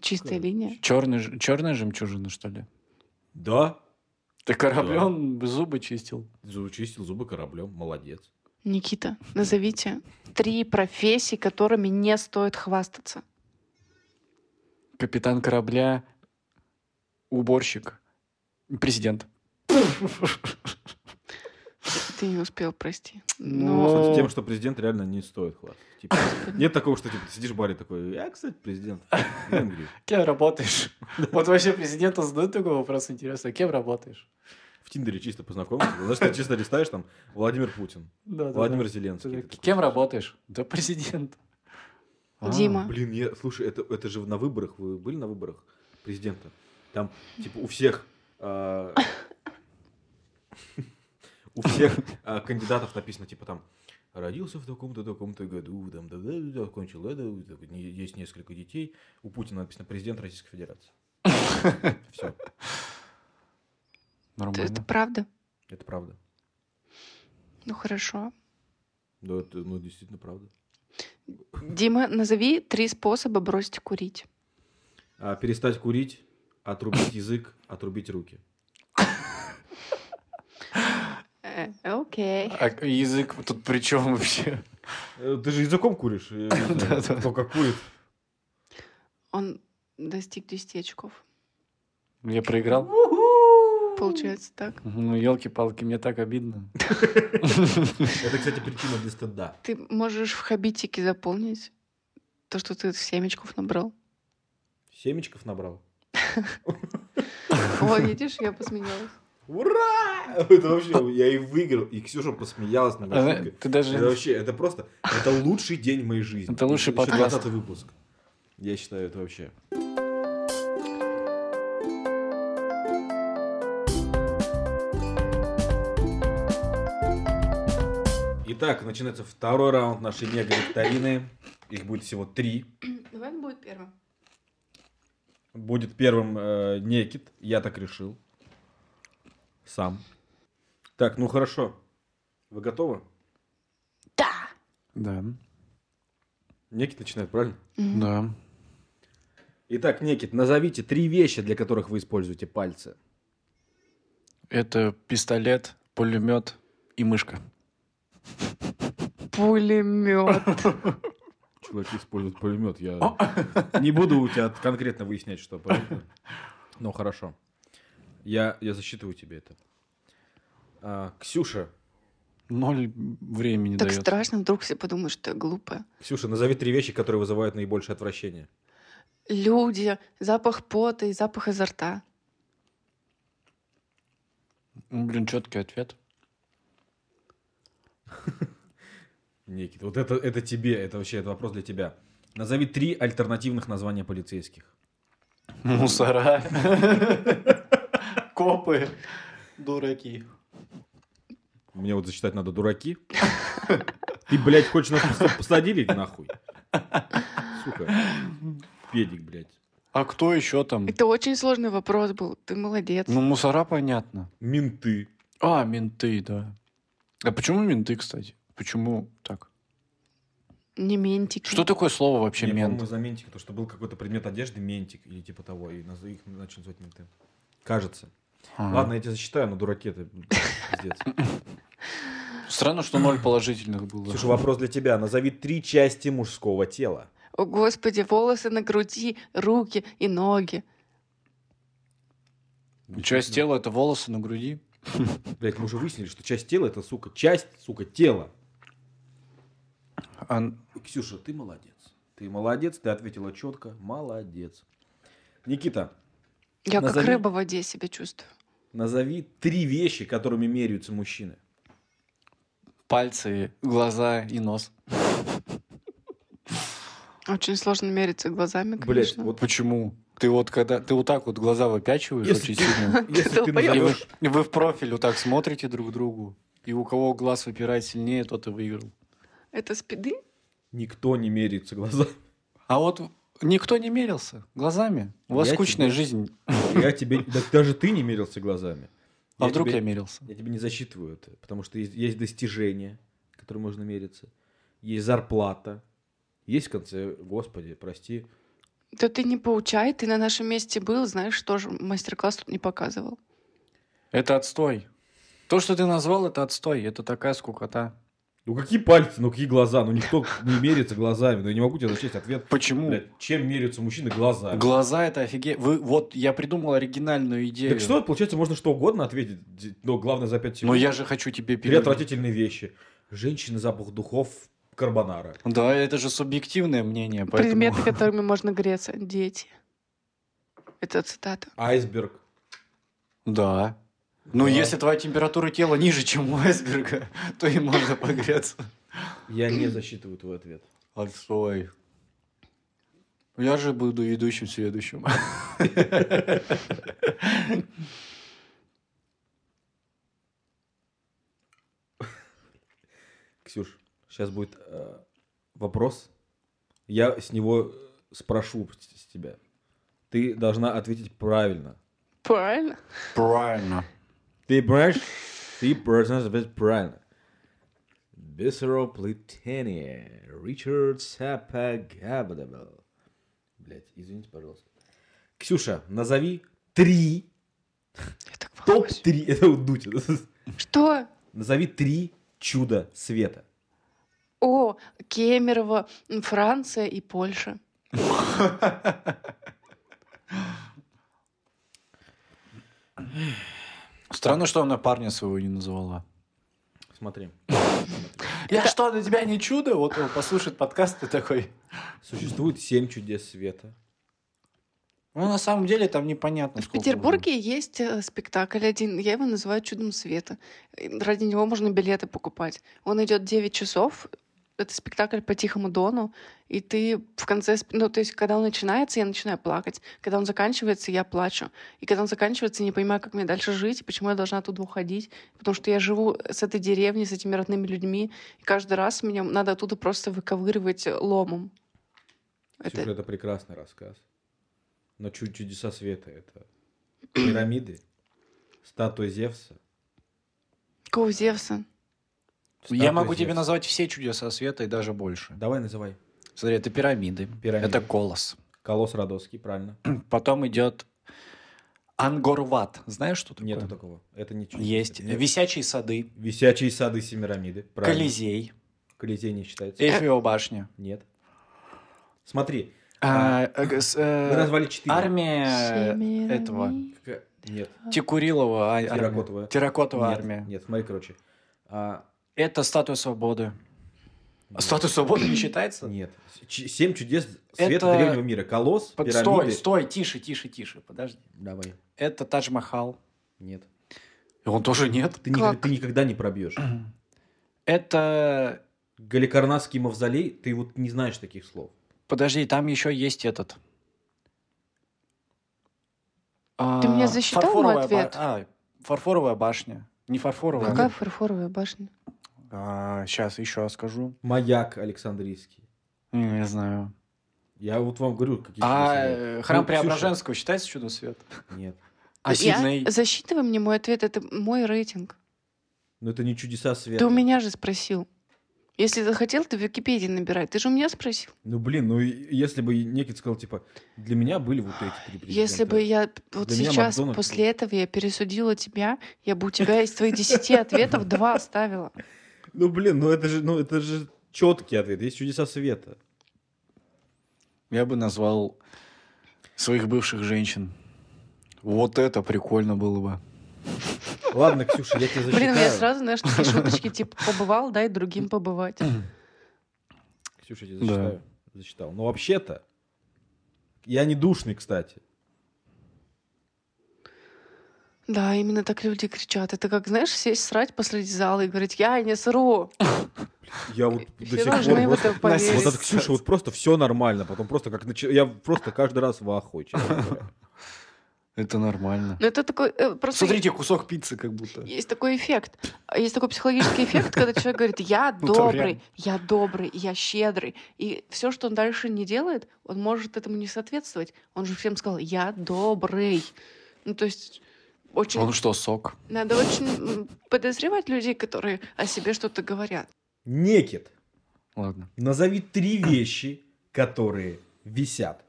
S2: Чистая линия.
S3: Черный, черная жемчужина, что ли?
S4: Да.
S3: Ты
S4: Да.
S3: кораблем зубы чистил.
S4: Зубы Чистил зубы кораблем. Молодец.
S2: Никита, назовите три профессии, которыми не стоит хвастаться.
S3: Капитан корабля, уборщик, президент.
S2: Ты не успел, прости.
S3: Ну,
S2: Но...
S4: Кстати, тем, что президент реально не стоит хвастаться. Типа, нет такого, что типа, ты сидишь в баре такой, я, кстати, президент. Венгрии».
S3: Кем работаешь? Вот вообще президента задают такой вопрос интересный. Кем работаешь?
S4: В Тиндере чисто познакомился. Знаешь, ты чисто листаешь там Владимир Путин,
S3: Да,
S4: Владимир Зеленский. Ты такой,
S3: Кем работаешь? Да президент. А,
S2: Дима.
S4: Блин, я, слушай, это, это же на выборах, вы были на выборах президента? Там, типа, у всех... а, У всех а, кандидатов написано, типа, там, родился в таком-то, таком-то году, там, да, да, да, закончил это, так, не- есть несколько детей. У Путина написано президент Российской Федерации. Все,
S2: Это
S3: Нормально.
S2: правда?
S4: это правда.
S2: Ну хорошо.
S4: Да, это, ну, действительно правда.
S2: Дима, назови три способа бросить курить.
S4: А, перестать курить, отрубить язык, отрубить руки.
S2: Э, Окей.
S3: А язык тут при чем вообще?
S4: Э, Ты же языком куришь. я не знаю,
S3: Да-да.
S4: Кто как курит.
S2: Он достиг 10 очков.
S3: Я проиграл?
S2: Получается так.
S3: Ну, елки-палки, мне так обидно.
S4: Это, кстати, причина для стыда.
S2: Ты можешь в хабитике заполнить то, что ты 7 очков набрал.
S4: Семечков набрал.
S2: О, видишь, я посмеялась.
S4: Ура! Это вообще, я и выиграл. И Ксюша посмеялась над моей
S3: Она-
S4: шуткой.
S3: Ты
S4: Это
S3: даже...
S4: вообще, это просто, это лучший день моей жизни.
S3: Это лучший
S4: Еще
S3: подкаст.
S4: 20 выпуск. Я считаю, это вообще. Итак, начинается второй раунд нашей мега-викторины. Их будет всего три.
S2: Давай это будет первым.
S4: Будет первым э, Некит. Я так решил. Сам. Так, ну хорошо. Вы готовы?
S2: Да.
S3: Да.
S4: Некит начинает, правильно?
S2: Мгм.
S3: Да.
S4: Итак, Некит, назовите три вещи, для которых вы используете пальцы.
S3: Это пистолет, пулемет и мышка.
S2: Пулемет.
S4: Чуваки используют пулемет. Я не буду у тебя конкретно выяснять, что. понятно? Ну хорошо. Я, я засчитываю тебе это. А, Ксюша,
S3: Ноль времени
S2: Так
S3: дает.
S2: страшно, вдруг все подумают, что я глупая.
S4: Ксюша, назови три вещи, которые вызывают наибольшее отвращение.
S2: Люди, запах пота и запах изо рта.
S3: Ну, Блин, четкий ответ.
S4: Никит, вот это, это тебе, это вообще это вопрос для тебя. Назови три альтернативных названия полицейских.
S3: Мусора. Копы. Дураки.
S4: Мне вот засчитать надо дураки. Ты, блядь, хочешь нас пос- посадили нахуй? Сука. Педик, блядь.
S3: А кто еще там?
S2: Это очень сложный вопрос был. Ты молодец.
S3: Ну, мусора понятно.
S4: Менты.
S3: А, менты, да. А почему менты, кстати? Почему так?
S2: Не ментики.
S3: Что такое слово вообще
S4: Не,
S3: мент?
S4: по-моему, за ментик, то что был какой-то предмет одежды ментик или типа того, и наз- их начали звать менты. Кажется.
S3: Ага.
S4: Ладно, я тебя засчитаю, но дураки это пиздец.
S3: Странно, что ноль положительных было.
S4: Слушай, вопрос для тебя. Назови три части мужского тела.
S2: О, господи, волосы на груди, руки и ноги.
S3: Часть тела это волосы на груди.
S4: Блять, мы уже выяснили, что часть тела это, сука, часть, сука, тела.
S3: А
S4: Ксюша, ты молодец. Ты молодец, ты ответила четко. Молодец. Никита,
S2: Я как
S4: Назови.
S2: рыба в воде себя чувствую.
S4: назови три вещи, которыми меряются мужчины.
S3: пальцы, глаза и нос.
S2: Очень сложно мериться глазами,
S4: Блять,
S2: Ну, конечно.
S4: вот
S3: Почему? Ты вот когда ты вот так вот глаза выпячиваешь
S4: если
S3: очень сильно.
S4: ты- если ты
S2: долбоёб.
S3: И вы,
S4: назовешь
S3: и вы в профиль вот так смотрите друг другу. И у кого глаз выпирает сильнее, тот и выиграл.
S2: Это спиды?
S4: Никто не меряется глазами.
S3: А вот никто не мерился глазами. У вас
S4: Я
S3: скучная
S4: тебе-
S3: жизнь.
S4: Я тебе... да даже ты не мерился глазами.
S3: А
S4: Я
S3: вдруг
S4: тебе-
S3: я мерился?
S4: Я тебе не засчитываю это, потому что есть, есть достижения, которые можно мериться, есть зарплата, есть в конце, господи, прости,
S2: Да ты не получай, ты на нашем месте был, знаешь, тоже мастер-класс тут не показывал.
S3: Это отстой. То, что ты назвал, это отстой. Это такая скукота.
S4: ну какие пальцы, ну какие глаза, ну никто не мерится глазами, ну я не могу тебе зачесть ответ.
S3: Почему?
S4: Блядь, чем меряются мужчины глазами?
S3: Глаза это офиге... Вы, вот я придумал оригинальную идею.
S4: Так что, получается, можно что угодно ответить, д- но главное за 5 секунд.
S3: Но Ну, я же хочу тебе
S4: Три
S3: перебить.
S4: отвратительные вещи. Женщины, запах духов, карбонара.
S3: Да, это же субъективное мнение, поэтому...
S2: Предметы, которыми можно греться. Дети. Это цитата.
S4: Айсберг. А,
S3: Да. Ну,
S4: Да.
S3: если твоя температура тела ниже, чем у айсберга, то и можно погреться.
S4: Я не засчитываю твой ответ.
S3: Отстой. Я же буду ведущим следующим.
S4: Ксюш, сейчас будет э, вопрос. Я с него э, спрошу с с тебя. Ты должна ответить правильно.
S2: Правильно?
S3: Правильно.
S4: Ты понимаешь? Ты должна ответить правильно. Бисеро Плетения. Ричард Сапагабадабл. Блять, извините, пожалуйста. Ксюша, назови три,
S2: Я так волнуюсь.
S4: топ-3, это вот дуть.
S2: Что?
S4: Назови три чуда света.
S2: О, Кемерово, м, Франция и Польша.
S3: Странно, что она парня своего не называла.
S4: Смотри.
S3: Я что, для тебя не чудо? Вот он послушает подкаст, ты такой...
S4: Существует семь чудес света.
S3: Ну, на самом деле, там непонятно,
S2: В
S3: сколько
S2: Петербурге есть э, спектакль один, я его называю «Чудом света». Э, Ради него можно билеты покупать. Он идет 9 часов, это спектакль по Тихому Дону, и ты в конце... сп- Ну, то есть, когда он начинается, я начинаю плакать. Когда он заканчивается, я плачу. И когда он заканчивается, я не понимаю, как мне дальше жить, и почему я должна оттуда уходить. Потому что я живу с этой деревней, с этими родными людьми, и каждый раз меня надо оттуда просто выковыривать э, ломом.
S4: Ксюша,
S2: Это...
S4: это прекрасный рассказ. Но чу- чудеса света это пирамиды, статуя Зевса.
S2: Какого Зевса?
S3: было. Я
S4: статуя
S3: могу тебе
S4: Зевса.
S3: назвать все чудеса света и даже больше.
S4: Давай называй.
S3: Смотри, это пирамиды.
S4: Пирамиды.
S3: Это колос.
S4: Колос Родоский, правильно?
S3: Потом идет Ангорват. Знаешь, что такое?
S4: Нету такого. Это не чудо.
S3: Есть.
S4: света. Нет.
S3: Висячие сады.
S4: Висячие сады Семирамиды. Правильно.
S3: Колизей. Э.
S4: Колизей не считается.
S3: Эйфелева башня.
S4: Нет. Смотри,
S3: а, э, г- с, э,
S4: мы назвали четыре.
S3: Армия
S2: Семирами-
S3: Э, этого.
S4: Какая- Нет.
S3: Текурилова а- армия.
S4: Терракотовая.
S3: Терракотовая
S4: Нет,
S3: армия.
S4: Нет, смотри, короче. А,
S3: Это статуя свободы.
S4: Нет.
S3: Статуя свободы не считается?
S4: Нет. Ч- Семь чудес
S3: Это-
S4: света древнего мира. Колос,
S3: Под-
S4: пирамиды.
S3: Стой, стой, тише, тише, тише. Подожди.
S4: Давай.
S3: Это Тадж-Махал.
S4: Нет.
S3: И Он тоже нет.
S4: Ты, никогда,
S2: Как?
S4: ты никогда не пробьешь.
S3: Это...
S4: Галикарнасский мавзолей, ты вот не знаешь таких слов.
S3: Подожди, там еще есть этот.
S2: Ты
S3: А,
S2: мне засчитал мой
S3: фарфоровая ба-
S2: ответ?
S3: а, фарфоровая башня. Не фарфоровая.
S2: Какая фарфоровая башня?
S3: сейчас еще скажу.
S4: Маяк Александрийский.
S3: Не знаю.
S4: Я вот вам говорю, какие
S3: А
S4: чудеса
S3: э, храм
S4: Ну, Ксюша.
S3: Преображенского считается чудо свет?
S4: нет. Нет.
S3: А
S2: Я-
S3: Сидней?
S2: Засчитывай мне мой ответ, это мой рейтинг.
S4: Но Ну, это не чудеса света.
S2: Ты у меня же спросил. Если захотел, ты в Википедии набирай. Ты же у меня спросил.
S4: Ну, блин, ну, и- если бы Некит сказал, типа, для меня были вот эти три президента.
S2: Если бы я вот
S4: Для меня
S2: сейчас,
S4: Макдональдс
S2: после этого, я пересудила тебя, я бы у тебя из твоих десяти ответов два оставила.
S4: Ну, блин, ну это же, ну, это же четкий ответ. Есть чудеса света.
S3: Я бы назвал своих бывших женщин. Вот это прикольно было бы.
S4: Ладно, Ксюша, я тебя засчитаю.
S2: Блин, я сразу, знаешь, такие шуточки, типа, побывал, дай другим побывать.
S4: Ксюша, я тебя засчитаю. Засчитал. Но вообще-то, я не душный, кстати.
S2: Да, именно так люди кричат. Это как, знаешь, сесть срать посреди зала и говорить, я не сру. ну
S4: Я вот до
S2: Все
S4: сих пор...
S2: должны в
S4: просто-
S2: это поверить.
S4: Вот от Ксюши вот просто все нормально. Потом просто как... начи- Я просто каждый раз в ахуе. честно говоря.
S3: Это нормально.
S2: Но это такой... э, просто
S3: Смотрите, кусок пиццы как будто.
S2: Есть такой эффект. А Есть такой психологический эффект, когда человек говорит, я
S3: Ну, там
S2: добрый,
S3: реально.
S2: я добрый, я щедрый. И все, что он дальше не делает, он может этому не соответствовать. Он же всем сказал, я добрый. Ну, то есть... Очень,
S3: А Он что, сок?
S2: Надо очень м, подозревать людей, которые о себе что-то говорят.
S4: Некит,
S3: Ладно.
S4: назови три вещи, которые висят.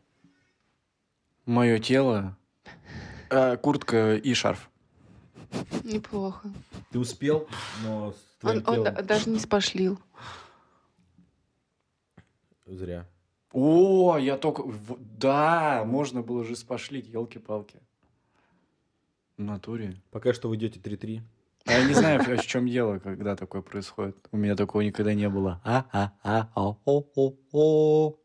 S3: Мое тело, э, куртка и шарф.
S2: Неплохо.
S4: Ты успел, но с
S2: Он,
S4: твоим
S2: он
S4: телом...
S2: да- даже не спошлил.
S4: Зря.
S3: О, я только... в- Да, можно было же спошлить, елки-палки. В натуре.
S4: Пока что вы идете 3-3.
S3: А я не знаю, в чем дело, когда такое происходит. У меня такого никогда не было. А, а, а, а, о, о, о.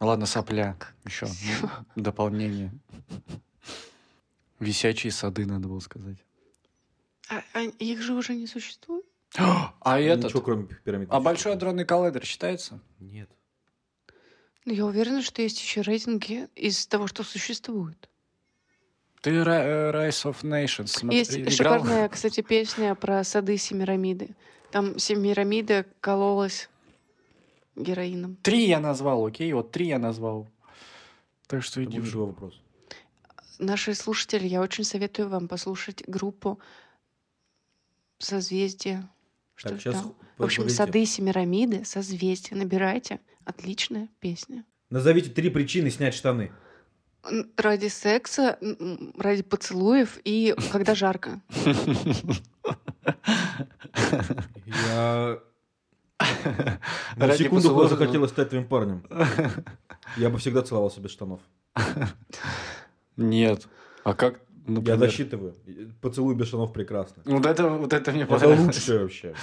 S3: Ладно, сопляк. Еще дополнение. Висячие сады, надо было сказать.
S2: А- а их же уже не существует.
S3: А этот?
S4: Ничего, кроме пирамид.
S3: А большой адронный коллайдер считается?
S4: Нет.
S2: Но Ну, я уверена, что есть еще рейтинги из того, что существует.
S3: Ты Ра- э, Rise of Nations смотри,
S2: Есть
S3: играл?
S2: шикарная, кстати, песня про сады Семирамиды. Там Семирамида кололась героином.
S3: Три я назвал, окей? Вот три я назвал. Так что
S4: Это
S3: иди в жопу.
S4: будет живой вопрос.
S2: Наши слушатели, я очень советую вам послушать группу «Созвездие». Что
S4: Так,
S2: же
S4: щас
S2: там?
S4: п-
S2: В общем,
S4: погодите.
S2: «Сады Семирамиды», «Созвездие». Набирайте. Отличная песня.
S4: Назовите три причины снять штаны.
S2: Н- Ради секса, м, м, ради поцелуев и когда жарко.
S4: Я на
S3: Ради
S4: секунду
S3: поцелуя, ну.
S4: захотелось стать твоим парнем. Я бы всегда целовался без штанов.
S3: Нет. А как,
S4: Я
S3: например?
S4: засчитываю. Поцелуй без штанов прекрасно.
S3: Вот это, вот это мне
S4: Это
S3: понравилось.
S4: лучшее вообще.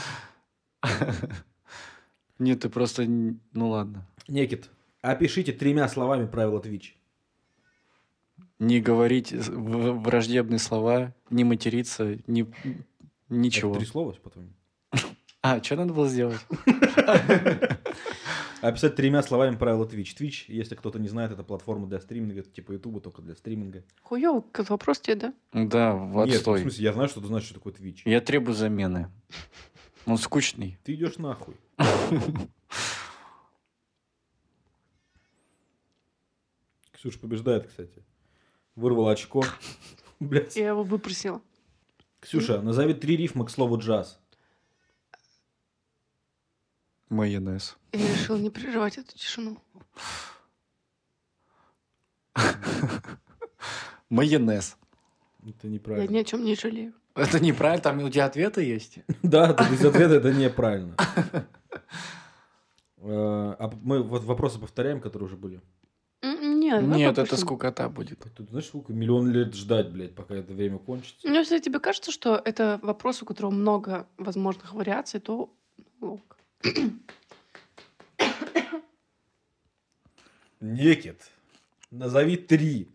S3: Нет, ты просто... н- Ну ладно.
S4: Некит, опишите тремя словами правила Twitch.
S3: Не говорить с- в- враждебные слова, не материться, не...
S4: Это
S3: Ничего.
S4: Три слова типа, потом.
S3: А, что надо было сделать?
S4: Описать тремя словами правила Twitch. Twitch, если кто-то не знает, это платформа для стриминга, типа Ютуба, только для стриминга.
S2: Хуёвый какой-то вопрос тебе, да?
S3: Да, в
S4: Нет, ну, в
S3: отстой.
S4: смысле, я знаю, что ты знаешь, что такое Twitch.
S3: Ну, Я требую замены. Он скучный.
S4: Ты идешь нахуй. Ксюша побеждает, кстати. Вырвал очко. Блядь.
S2: Я его выпросила.
S4: Ксюша, назови три рифма к слову джаз.
S3: Майонез.
S2: Я решила не прерывать эту тишину.
S3: Майонез.
S4: Это
S2: Я
S4: неправильно.
S2: ни о чем не жалею.
S3: Это неправильно, там у тебя ответы есть?
S4: Да, ты без ответа это неправильно. Э, А п- мы вот вопросы повторяем, которые уже были.
S2: М, Нет, давай
S3: Нет, это
S2: попробуем.
S3: скукота будет.
S4: Тут знаешь, сколько миллион лет ждать, блядь, пока это время кончится.
S2: Ну, если тебе кажется, что это вопрос, у которого много возможных вариаций, то ок.
S4: Некит. Назови три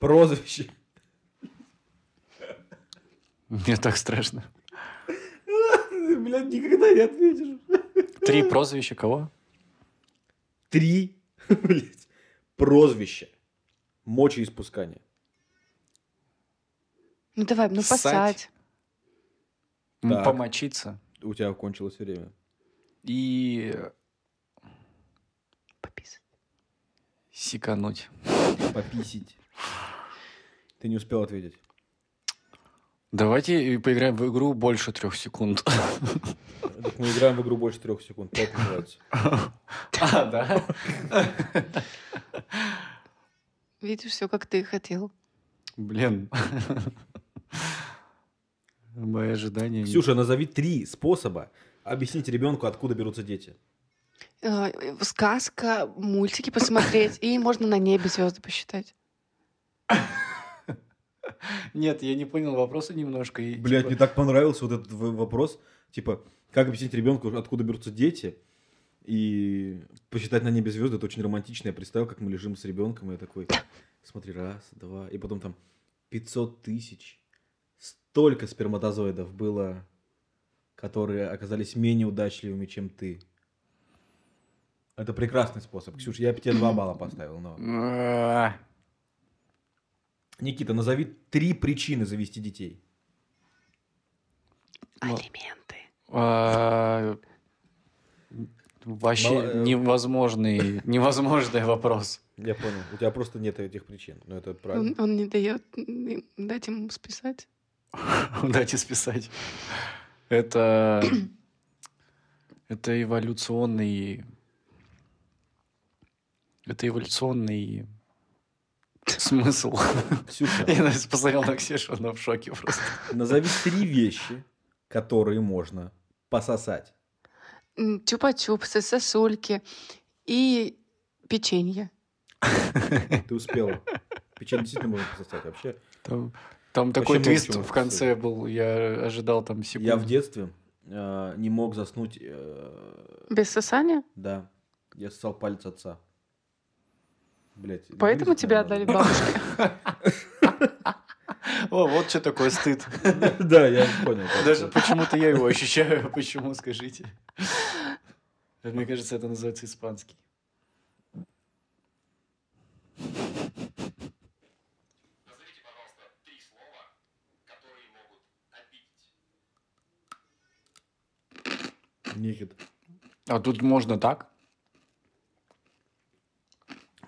S4: прозвища.
S3: Мне так страшно.
S4: Блядь, никогда не ответишь.
S3: Три прозвища кого?
S4: Три, блядь, прозвища. Мочеиспускание.
S2: Ну давай, ну
S3: Ссать.
S2: поссать.
S3: М,
S4: Так.
S3: Помочиться.
S4: У тебя кончилось время.
S3: И э,
S2: Пописать.
S3: сикануть.
S4: Пописить. Ты не успел ответить.
S3: Давайте и поиграем в игру больше трех секунд.
S4: Так мы играем в игру больше трех секунд. Как называется?
S3: А, да?
S2: Видишь, все как ты и хотел.
S3: Блин. Мои ожидания... не-
S4: Ксюша, назови три способа объяснить ребенку, откуда берутся дети.
S2: Э, э, Сказка, мультики посмотреть, и можно на небе звезды посчитать.
S3: Нет, я не понял вопроса немножко. и,
S4: Блять,
S3: типа,
S4: мне так понравился вот этот в- вопрос. Типа, как объяснить ребенку, откуда берутся дети? И посчитать на небе звезды, это очень романтично. Я представил, как мы лежим с ребенком, и я такой, смотри, раз, два, и потом там 500 тысяч. Столько сперматозоидов было, которые оказались менее удачливыми, чем ты. Это прекрасный способ. Ксюш, я бы тебе два балла поставил, но...
S3: «А,
S4: Никита, назови три причины завести детей.
S3: Ну.
S2: Алименты.
S3: а, Вообще
S4: Мало- э,
S3: невозможный, невозможный вопрос.
S4: Я понял. У тебя просто нет этих причин. Но это
S2: Он, он не дает м, дать ему списать.
S3: Дайте списать. Это... Это эволюционный... Это эволюционный смысл.
S4: Ксюша,
S3: Я на- посмотрел на Ксюшу, она в шоке просто.
S4: назови три вещи, которые можно пососать.
S2: М, Чупа-чупсы, сосульки и печенье.
S4: Ты успела. Печенье действительно можно пососать вообще.
S3: Там, там такой
S4: много
S3: твист
S4: чего
S3: в конце был, я ожидал там секунд.
S4: Я в детстве э, не мог заснуть. э,
S2: Без сосания?
S3: Ну,
S4: Да. Я сосал палец отца. Блять.
S2: Поэтому тебя отдали бабушке.
S3: О, вот что такое стыд.
S4: Да, я понял.
S3: Даже почему-то я его ощущаю. Почему, скажите? Мне кажется, это называется испанский.
S4: Никит.
S3: А тут можно так?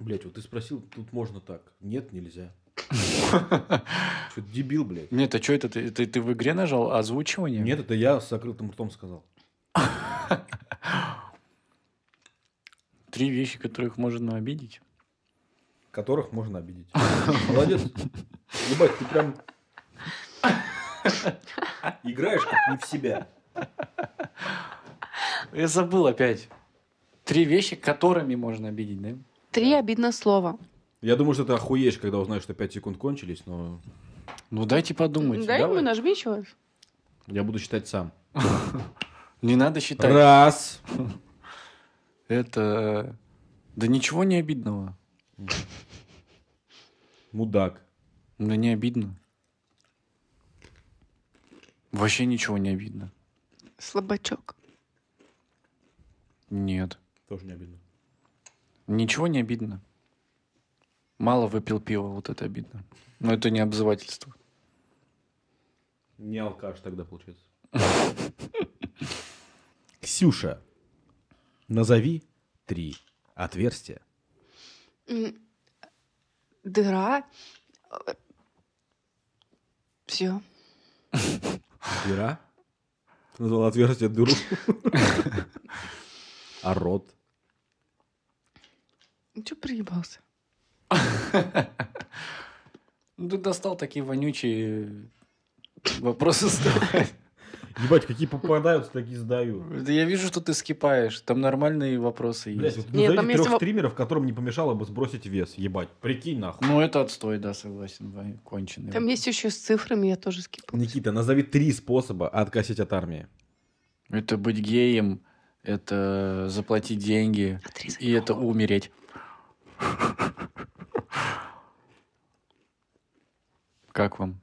S4: Блять, вот ты спросил, тут можно так. Нет, нельзя. Что дебил, блядь.
S3: Нет, а что это? Ты, ты- ты в игре нажал озвучивание?
S4: Нет, это я с закрытым ртом сказал.
S3: Три вещи, которых можно обидеть.
S4: которых можно обидеть. Молодец. Ебать, ты прям играешь как не в себя.
S3: Я забыл опять. Три вещи, которыми можно обидеть, да?
S2: Три обидно слова.
S4: Я думаю, что ты охуеешь, когда узнаешь, что 5 секунд кончились, но
S3: Ну дайте подумать.
S2: Дай
S3: давай.
S2: ему нажми, чувак.
S4: я буду считать сам.
S3: Не надо считать.
S4: Раз.
S3: Это... э, Да ничего не обидного.
S4: Мудак.
S3: Да не обидно. Вообще ничего не обидно.
S2: Слабачок.
S3: Нет.
S4: Тоже не обидно.
S3: Ничего не обидно. Мало выпил пива, вот это обидно. Но это не обзывательство.
S4: Не алкаш тогда получается. Ксюша, назови три отверстия.
S2: М, Дыра. Все.
S4: Дыра? Ты назвал отверстие дыру. А рот?
S2: Ну что приебался?
S3: Ну ты достал такие вонючие вопросы. задавать.
S4: Ебать, какие попадаются, такие сдаю.
S3: Да я вижу, что ты скипаешь. Там нормальные вопросы
S4: Блять,
S3: есть.
S4: вот
S2: Нет, там
S4: назови
S2: есть
S4: трех
S2: во-
S4: стримеров, которым не помешало бы сбросить вес. Ебать, прикинь нахуй.
S3: Ну это отстой, да, согласен. вон- Конченый.
S2: Там есть еще с цифрами, я тоже скипала.
S4: Никита, назови три способа откосить от армии.
S3: Это быть геем, это заплатить деньги
S2: Отрезать
S3: и это умереть. Как вам?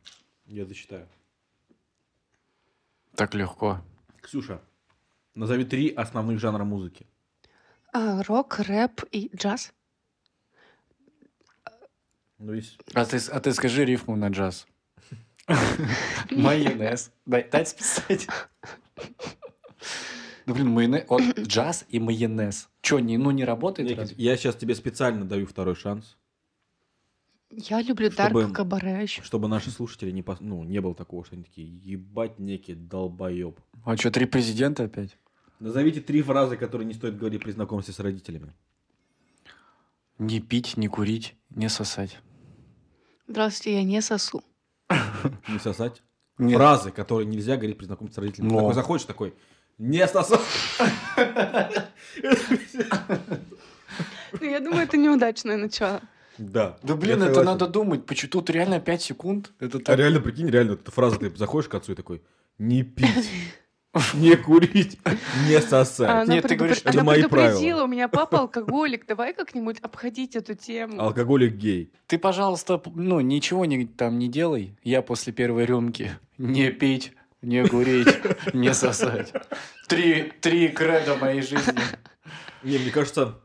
S4: Я зачитаю.
S3: Так легко.
S4: Ксюша, назови три основных жанра музыки.
S2: А, рок, рэп и джаз.
S4: Ну, есть...
S3: А ты, с- а ты скажи рифму на джаз. Майонез. Дай, дай списать. Ну, блин, майонез. Вот джаз и майонез. Че, не, ну не работает?
S4: Никит,
S3: разве?
S4: я сейчас тебе специально даю второй шанс.
S2: Я люблю
S4: Чтобы-
S2: Дарк Кабаре еще.
S4: Чтобы наши слушатели не, пос- ну, не было такого, что они такие, ебать некий долбоеб.
S3: А что, три президента опять?
S4: Назовите три фразы, которые не стоит говорить при знакомстве с родителями.
S3: Не пить, не курить, не сосать.
S2: Здравствуйте, я не сосу.
S4: Не сосать.
S3: Нет.
S4: Фразы, которые нельзя говорить при знакомстве с родителями. Ты
S3: Но.
S4: Такой заходишь, такой, не сосать.
S2: Ну, я думаю, это неудачное начало.
S4: Да.
S3: Да
S4: Я
S3: блин, это
S4: согласен.
S3: надо думать. Почему тут реально 5 секунд? Это
S4: А
S3: так.
S4: реально, прикинь, реально, эта фраза, ты заходишь к отцу и такой, не пить, не курить, не
S2: А
S4: сосать.
S2: она
S3: Нет, ты
S2: предупр-
S3: говоришь,
S4: это
S2: она
S4: мои
S2: предупредила,
S4: правила.
S2: у меня папа алкоголик, давай как-нибудь обходить эту тему.
S4: Алкоголик гей.
S3: Ты, пожалуйста, п- ну, ничего не, там не делай. Я после первой рюмки. Не пить, не курить, не сосать. Три, три кредо моей жизни.
S4: Не, мне кажется,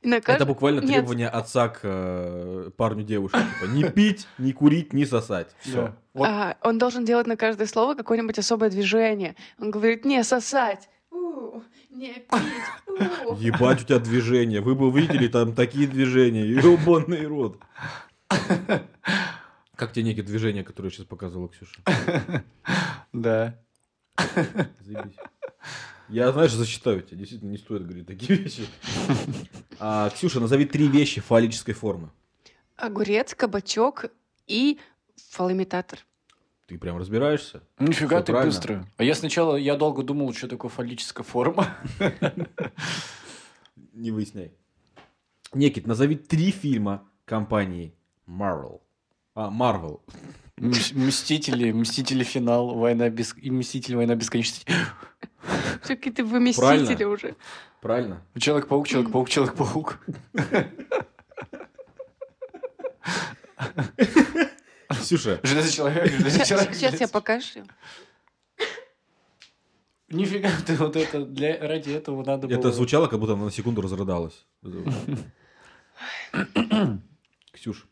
S2: И на
S4: это
S2: кажд-
S4: буквально
S2: Нет.
S4: требование отца к э, парню девушки. Типа, не пить, не курить, не сосать. Все.
S3: Да. Вот
S2: А, он должен делать на каждое слово какое-нибудь особое движение. Он говорит, не сосать, у, не пить, у».
S4: Ебать у тебя движения. Вы бы видели там такие движения. Ебаный рот. Как тебе некие движения, которые сейчас показывала Ксюша?
S3: Да.
S4: Заебись. Я, знаешь, засчитаю тебя. Действительно, не стоит говорить такие вещи. А, Ксюша, назови три вещи фаллической формы.
S2: Огурец, кабачок и фалоимитатор.
S4: Ты прям разбираешься?
S3: Ну, Нифига
S4: Всё
S3: ты
S4: правильно.
S3: быстро. А я сначала, я долго думал, что такое фаллическая форма.
S4: Не выясняй. Некит, назови три фильма компании Marvel. А, Marvel.
S3: Мс- Мстители, Мстители финал, война без... и Мстители, война бесконечности.
S2: Всё какие-то выместители
S4: Правильно.
S2: уже.
S4: Правильно?
S3: Человек-паук, Человек-паук, Человек-паук.
S4: Ксюша,
S3: Железный человек, железный человек.
S2: Сейчас я
S3: железный-
S2: покажу.
S3: Нифига ты вот это, для... ради этого надо было...
S4: это звучало, как будто она на секунду разрыдалась. Ксюш.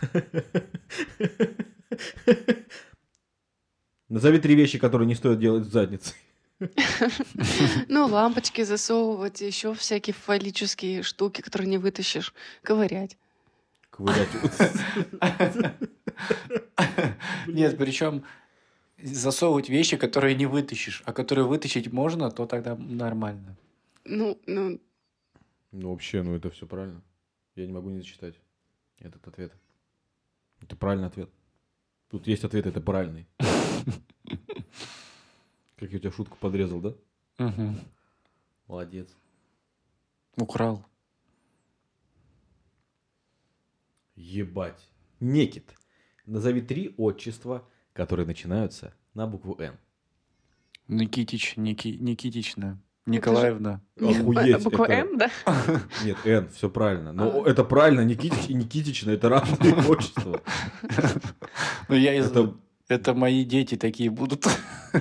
S4: Назови три вещи, которые не стоит делать с задницей.
S2: Ну, лампочки засовывать, еще всякие фаллические штуки, которые не вытащишь. Ковырять.
S4: Ковырять.
S3: Нет, причем засовывать вещи, которые не вытащишь, а которые вытащить можно, то тогда нормально.
S2: Ну, ну,
S4: Ну вообще, ну это все правильно. Я не могу не зачитать этот ответ. Это правильный ответ. Тут есть ответ, это правильный. Как я у тебя шутку подрезал, да?
S3: Мгм.
S4: Молодец.
S3: Украл.
S4: Ебать. Некит. Назови три отчества, которые начинаются на букву «Н».
S3: Никитич, Ники... Никитична, Николаевна.
S4: Охуеть,
S2: а, буква
S4: это-
S2: М, да?
S4: Нет, «Н», все правильно. Но
S2: А.
S4: это правильно, Никитич и Никитична, это разные отчества.
S3: Ну, я из...
S4: Это
S3: Это мои дети такие будут.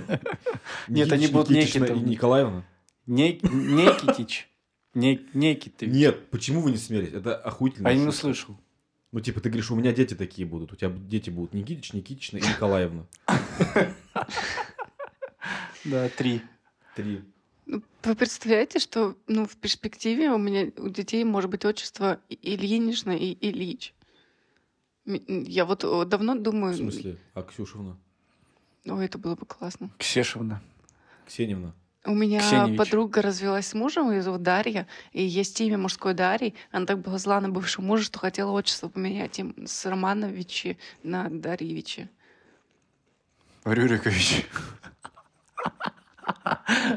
S3: Нет, они
S4: Никитич,
S3: будут
S4: Никитична
S3: Некитом.
S4: и Николаевна?
S3: Не- Некитич. Не- Некитович.
S4: Нет, почему вы не смеялись? Это охуительно.
S3: А я не услышал.
S4: Ну, типа, ты говоришь, у меня дети такие будут. У тебя дети будут Никитич, Никитична и Николаевна.
S3: Да, три.
S4: Три.
S2: Ну, Вы представляете, что ну, в перспективе у меня у детей может быть отчество И- Ильинична и Ильич? М- м, Я вот э, давно
S4: В
S2: думаю,
S4: смысле? А Ксюшевна?
S2: ой, это было бы классно.
S3: Ксешевна.
S4: Ксеневна?
S2: У меня
S3: Ксеневич.
S2: подруга развелась с мужем, ее зовут Дарья, и есть имя мужское Дарьи. Она так была зла на бывшего мужа, что хотела отчество поменять им с Романовичи на Дарьевичи.
S3: Рюрикович.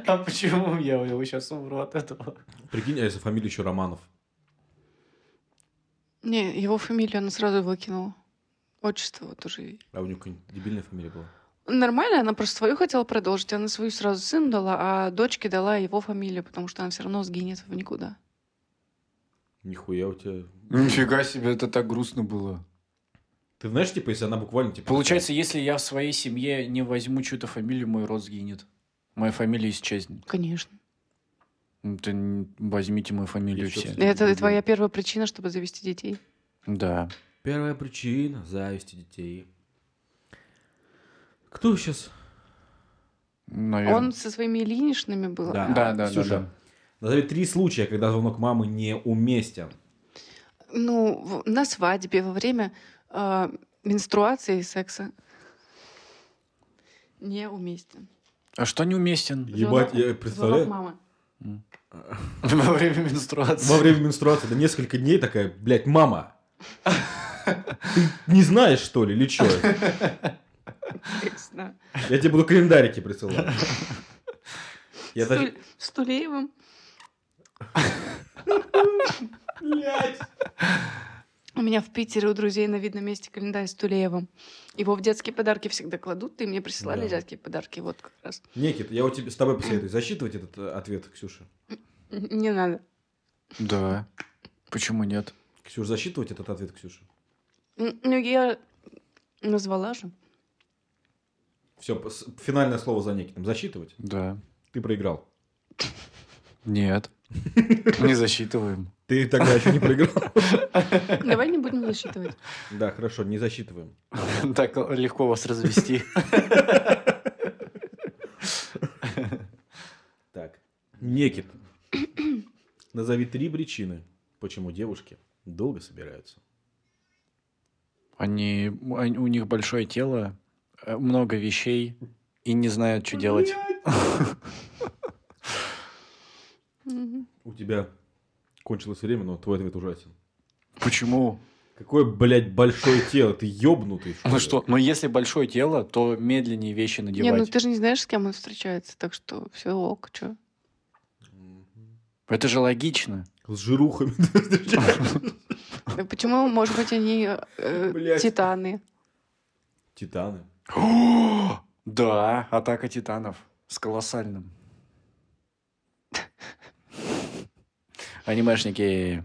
S3: А почему я его сейчас умру от этого?
S4: Прикинь, а если фамилия еще Романов?
S2: Не, его фамилию она сразу выкинула. Отчество вот уже.
S4: А у него какая-нибудь дебильная фамилия была?
S2: Нормально, она просто свою хотела продолжить, она свою сразу сыну дала, а дочке дала его фамилию, потому что она все равно сгинет в никуда.
S4: Нихуя у тебя...
S3: Нифига себе, это так грустно было.
S4: Ты знаешь, типа, если она буквально, типа...
S3: Получается, если я в своей семье не возьму чью-то фамилию, мой род сгинет. Моя фамилия исчезнет.
S2: Конечно.
S3: Ну, ты н- возьмите мою фамилию
S4: Я чё-то
S3: все.
S4: не
S2: Это
S4: люблю.
S2: твоя первая причина, чтобы завести детей.
S3: Да.
S4: Первая причина – зависти детей. Кто сейчас?
S3: Наверное.
S2: Он со своими Ильиничными был.
S4: Да.
S3: Да, да, да,
S4: Ксюша.
S3: да.
S4: Назови три случая, когда звонок мамы неуместен.
S2: Ну, в- на свадьбе, во время э, менструации и секса. Неуместен.
S3: А что неуместен?
S4: Ебать,
S2: Звонок-
S4: я
S2: звонок
S4: представляю.
S2: мамы.
S3: Во время менструации.
S4: Во время менструации, да несколько дней такая, блядь, мама. Ты не знаешь, что ли, или что?
S2: Ясно.
S4: Я тебе буду календарики присылать. Я
S2: С
S4: даже...
S2: Туль- С Тулеевым.
S4: Блядь.
S2: У меня в Питере у друзей на видном месте календарь с Тулеевым. Его в детские подарки всегда кладут, и мне присылали
S4: Да.
S2: детские подарки, вот как раз.
S4: Никит, я у тебя, с тобой посоветую засчитывать этот э, ответ, Ксюша.
S2: Н- Не надо.
S3: Да. Почему нет?
S4: Ксюша, засчитывать этот ответ, Ксюша.
S2: Н- Ну, я назвала же.
S4: Все, финальное слово за Никитом. Засчитывать?
S3: Да.
S4: Ты проиграл.
S3: Нет. Не засчитываем.
S4: Ты тогда еще не проиграл.
S2: Давай не будем засчитывать.
S4: Да, хорошо, не засчитываем.
S3: Так легко вас развести.
S4: Так. Некит. Назови три причины, почему девушки долго собираются.
S3: Они, они- у них большое тело, э, много вещей и не знают, что делать.
S2: Мгм.
S4: У тебя кончилось время, но твой ответ ужасен.
S3: Почему?
S4: Какое, блядь, большое тело, ты ёбнутый.
S3: Ну
S4: ли?
S3: что, ну если большое тело, то медленнее вещи
S2: Не, ну
S3: надевать.
S2: ты же не знаешь, с кем он встречается, так что все ок, чё.
S4: Мгм.
S3: Это же логично.
S4: С жирухами.
S2: Да Э, Почему, может быть, они э,
S4: Блядь.
S2: титаны?
S4: Титаны.
S3: Да, атака титанов с колоссальным. Анимешники.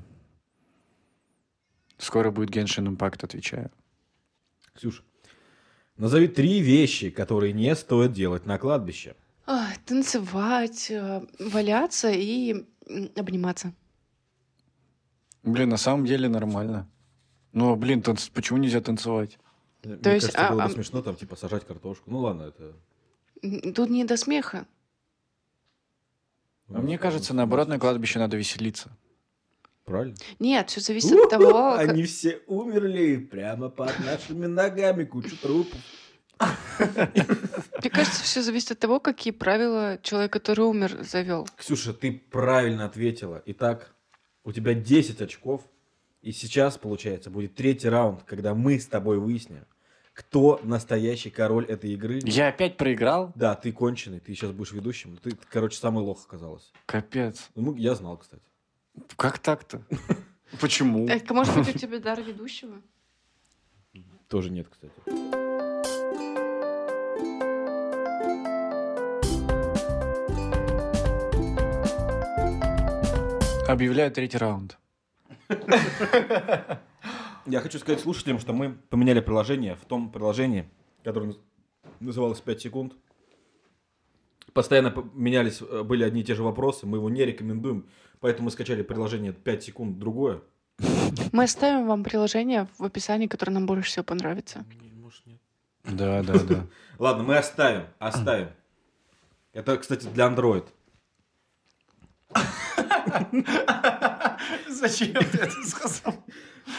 S3: Скоро будет Геншин Импакт, отвечаю.
S4: Ксюша, назови три вещи, которые не стоит делать на кладбище.
S2: Ах, танцевать, э, валяться и м, обниматься.
S3: Блин, на самом деле нормально. Ну, блин, танц- почему нельзя танцевать?
S4: Мне
S2: То есть,
S4: кажется,
S2: а,
S4: было
S2: а-
S4: бы смешно там, типа, сажать картошку. Ну ладно, это...
S2: М, Тут не до смеха.
S3: А мне кажется, наоборот, на кладбище надо веселиться.
S4: Правильно.
S2: Нет, все зависит от того, как-
S4: Они все умерли прямо под нашими ногами, кучу трупов.
S2: Мне кажется, все зависит от того, какие правила человек, который умер, завел.
S4: Ксюша, ты правильно ответила. Итак, у тебя 10 очков. И сейчас, получается, будет третий раунд, когда мы с тобой выясним, кто настоящий король этой игры.
S3: Я опять проиграл?
S4: Да, ты конченый, ты сейчас будешь ведущим. Ну, Ты, короче, самый лох оказалась.
S3: Капец.
S4: Ну, я знал, кстати.
S3: Как так-то? Почему?
S2: а может быть, у тебя дар ведущего?
S4: Тоже нет, кстати.
S3: Объявляю третий раунд.
S4: Я хочу сказать слушателям, что мы поменяли приложение. В том приложении, которое наз- называлось 5 секунд, постоянно п- менялись, э, были одни и те же вопросы, мы его не рекомендуем, поэтому мы скачали приложение 5 секунд другое.
S2: Мы оставим вам приложение в описании, которое нам больше всего понравится.
S3: Да, да, да.
S4: Ладно, мы оставим, оставим. Это, кстати, для Android.
S3: Зачем ты это сказал?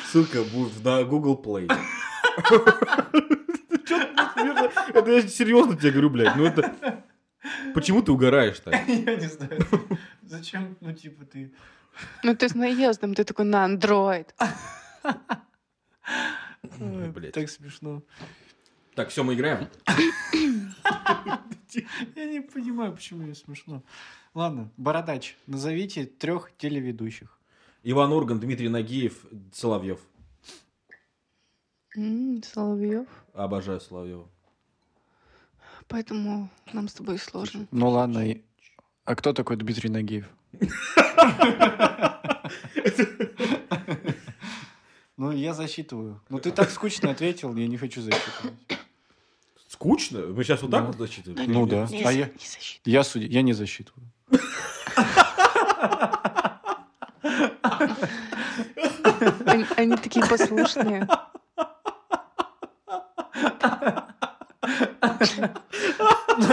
S4: Ссылка будет на Google Play. Чё ты серьёзно? Это я серьезно тебе говорю, блядь. Ну это... Почему ты угораешь так?
S3: Я не знаю. Зачем, ну, типа, ты...
S2: Ну, ты с наездом, ты такой на Android.
S4: Ой, блядь.
S3: Так смешно.
S4: Так, все, мы играем.
S3: Я не понимаю, почему я смешно. Ладно, Бородач, назовите трех телеведущих.
S4: Иван Урган, Дмитрий Нагиев, Соловьев.
S2: М, Соловьев.
S4: Обожаю Соловьева.
S2: Поэтому нам с тобой сложно.
S3: Ну ладно, и- а кто такой Дмитрий Нагиев? Ну, я засчитываю. Ну, ты так скучно ответил, я не хочу засчитывать.
S4: Скучно? Мы сейчас вот так
S3: Да.
S4: вот засчитываем?
S3: Ну да.
S2: Не,
S3: А
S2: за-
S3: я-
S2: не защита.
S3: Я суди, я не засчитываю.
S2: Они, они такие послушные.
S3: Ну,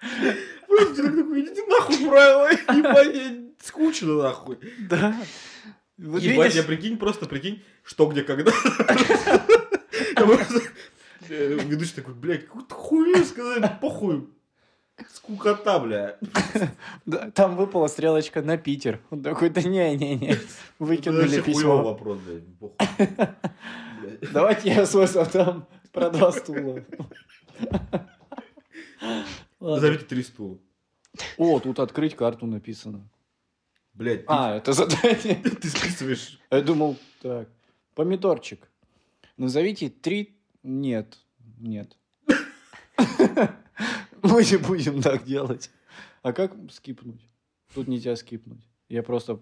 S4: Просто человек такой, идите нахуй правила, ебать, я- скучно нахуй.
S3: Да. Вот
S4: Ебать, я
S3: видишь?
S4: прикинь, просто прикинь, что где когда. Я просто- э, Ведущий такой, блядь, какую-то хуйню сказали, похуй. Скукота, бля.
S3: Да, Там выпала стрелочка на Питер. Он такой, да не-не-не,
S4: Это вообще
S3: выкинули
S4: хуёвый
S3: письмо.
S4: вопрос, блядь, похуй. Блядь.
S3: Давайте я свой там про два стула. Ладно.
S4: Назовите три стула.
S3: О, тут открыть карту написано.
S4: Блядь, ты-
S3: А, это задание.
S4: ты списываешь.
S3: Я думал, так, помидорчик. Назовите три... Нет, нет. Мы не будем так делать. А как скипнуть? Тут нельзя скипнуть. Я просто...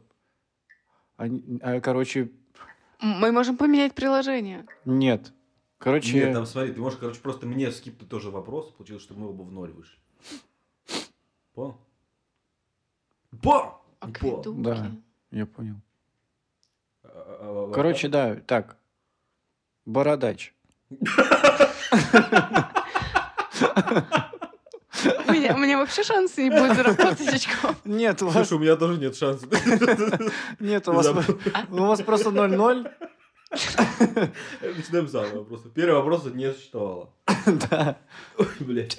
S3: А, н- а, короче,
S2: Мы можем поменять приложение.
S3: нет. Короче,
S4: Нет, там смотри, ты можешь, короче, просто мне скипнуть тоже вопрос. Получилось, что мы оба в ноль вышли. Понял? Ба!
S2: А
S4: Ба!
S2: квитунки?
S3: Да. я понял.
S4: А, а, а,
S3: Короче, да, так. Бородач.
S2: У меня, у меня вообще шансы не будет заработать очков.
S3: Нет, у вас,
S4: Слушай, у меня тоже нет шансов.
S3: нет, у вас, ну,
S4: Забыл.
S3: у вас просто 0-0.
S4: Начинаем с самого вопроса. Первый вопрос не существовало.
S3: Да.
S4: Блять.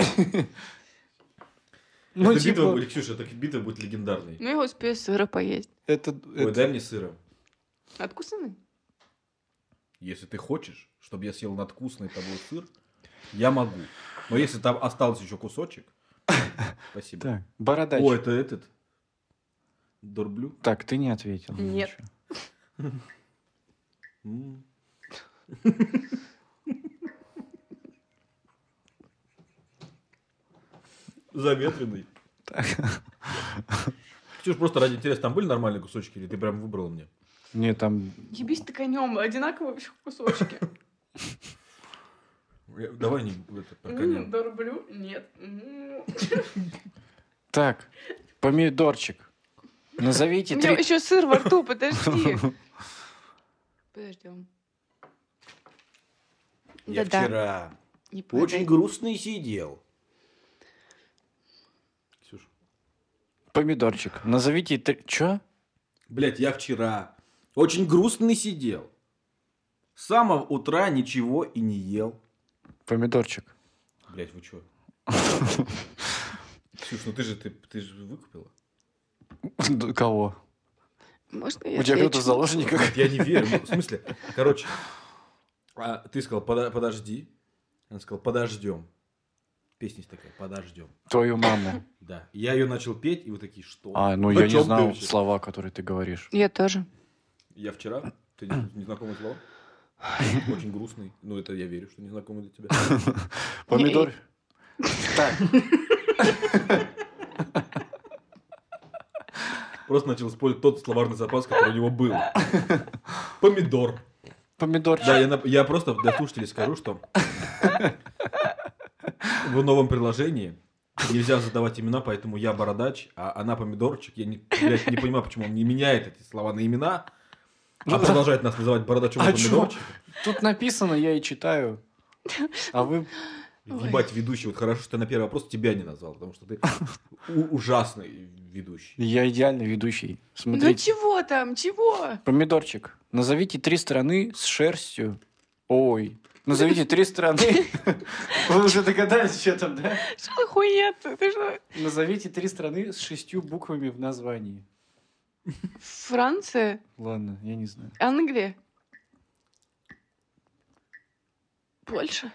S3: Ну,
S4: Эта битва,
S3: типа,
S4: будет- Ксюша, эта битва будет легендарной.
S2: Ну, я успею сыра поесть.
S3: это...
S4: Ой, дай мне сыра.
S2: Откусанный?
S4: Если ты хочешь, чтобы я съел надкусный тобой сыр, я могу. Но если там осталось еще кусочек, спасибо.
S3: Так, бородач.
S4: О, это этот. Дорблю.
S3: Так, ты не ответил. мне
S2: Нет.
S3: ничего.
S4: М. Заветренный. Ксюш, просто ради интереса, там были нормальные кусочки, или ты прям выбрал мне?
S3: Нет, там...
S2: Ебись ты конем, одинаковые вообще кусочки.
S4: Я- Давай не это, про коня.
S2: М, Дорблю? Нет. М.
S3: Так, помидорчик.
S2: У
S3: Назовите
S2: меня
S3: три...
S2: еще сыр во рту, подожди. Подождем.
S4: Я вчера
S2: Не
S4: очень
S2: падай.
S4: грустный сидел. Ксюш.
S3: Помидорчик. Назовите три... Чё?
S4: Блять, я вчера очень грустный сидел. С самого утра ничего и не ел.
S3: Помидорчик.
S4: Блять, вы чё? Ксюш, ну ты же, ты, ты же выкупила.
S3: Д- Кого?
S2: Можно я
S3: У тебя кто-то
S2: отвечу?
S3: в заложниках?
S4: Нет, я не верю. Ну, В смысле, короче, а, ты сказал, «Пода- подожди. Она сказала, подождем. Песня есть такая, подождем.
S3: Твою маму.
S4: Да. Я ее начал петь, и вы такие, что?
S3: А, ну
S4: О
S3: я
S4: чём
S3: не
S4: ты
S3: знал
S4: вообще?
S3: слова, которые ты говоришь.
S2: Я тоже.
S4: Я вчера, ты не- незнакомый слово? Очень грустный. Ну, это я верю, что незнакомый для тебя.
S3: Помидор... Так,
S4: Просто начал использовать тот словарный запас, который у него был. Помидор. Да,
S3: помидорчик.
S4: я, нап- я просто для слушателей скажу, что в новом приложении нельзя задавать имена, поэтому я бородач, а она помидорчик. Я не, блядь, не понимаю, почему он не меняет эти слова на имена, а продолжает нас называть бородачом и
S3: Ну А чё?
S4: помидорчиком.
S3: Тут написано, я и читаю. А вы...
S2: Ой.
S4: Ебать, ведущий, вот хорошо, что я на первый вопрос тебя не назвал, потому что ты у- ужасный ведущий.
S3: Я идеальный ведущий.
S2: Ну
S3: Смотрите.
S2: чего там, чего?
S3: Помидорчик. Назовите три страны с шерстью. Ой. Назовите три страны. Вы уже догадались, что там, да?
S2: Что за хуйня ты? Ты что?
S3: Назовите три страны с шестью буквами в названии.
S2: Франция,
S3: Ладно, я не знаю.
S2: Англия, Польша.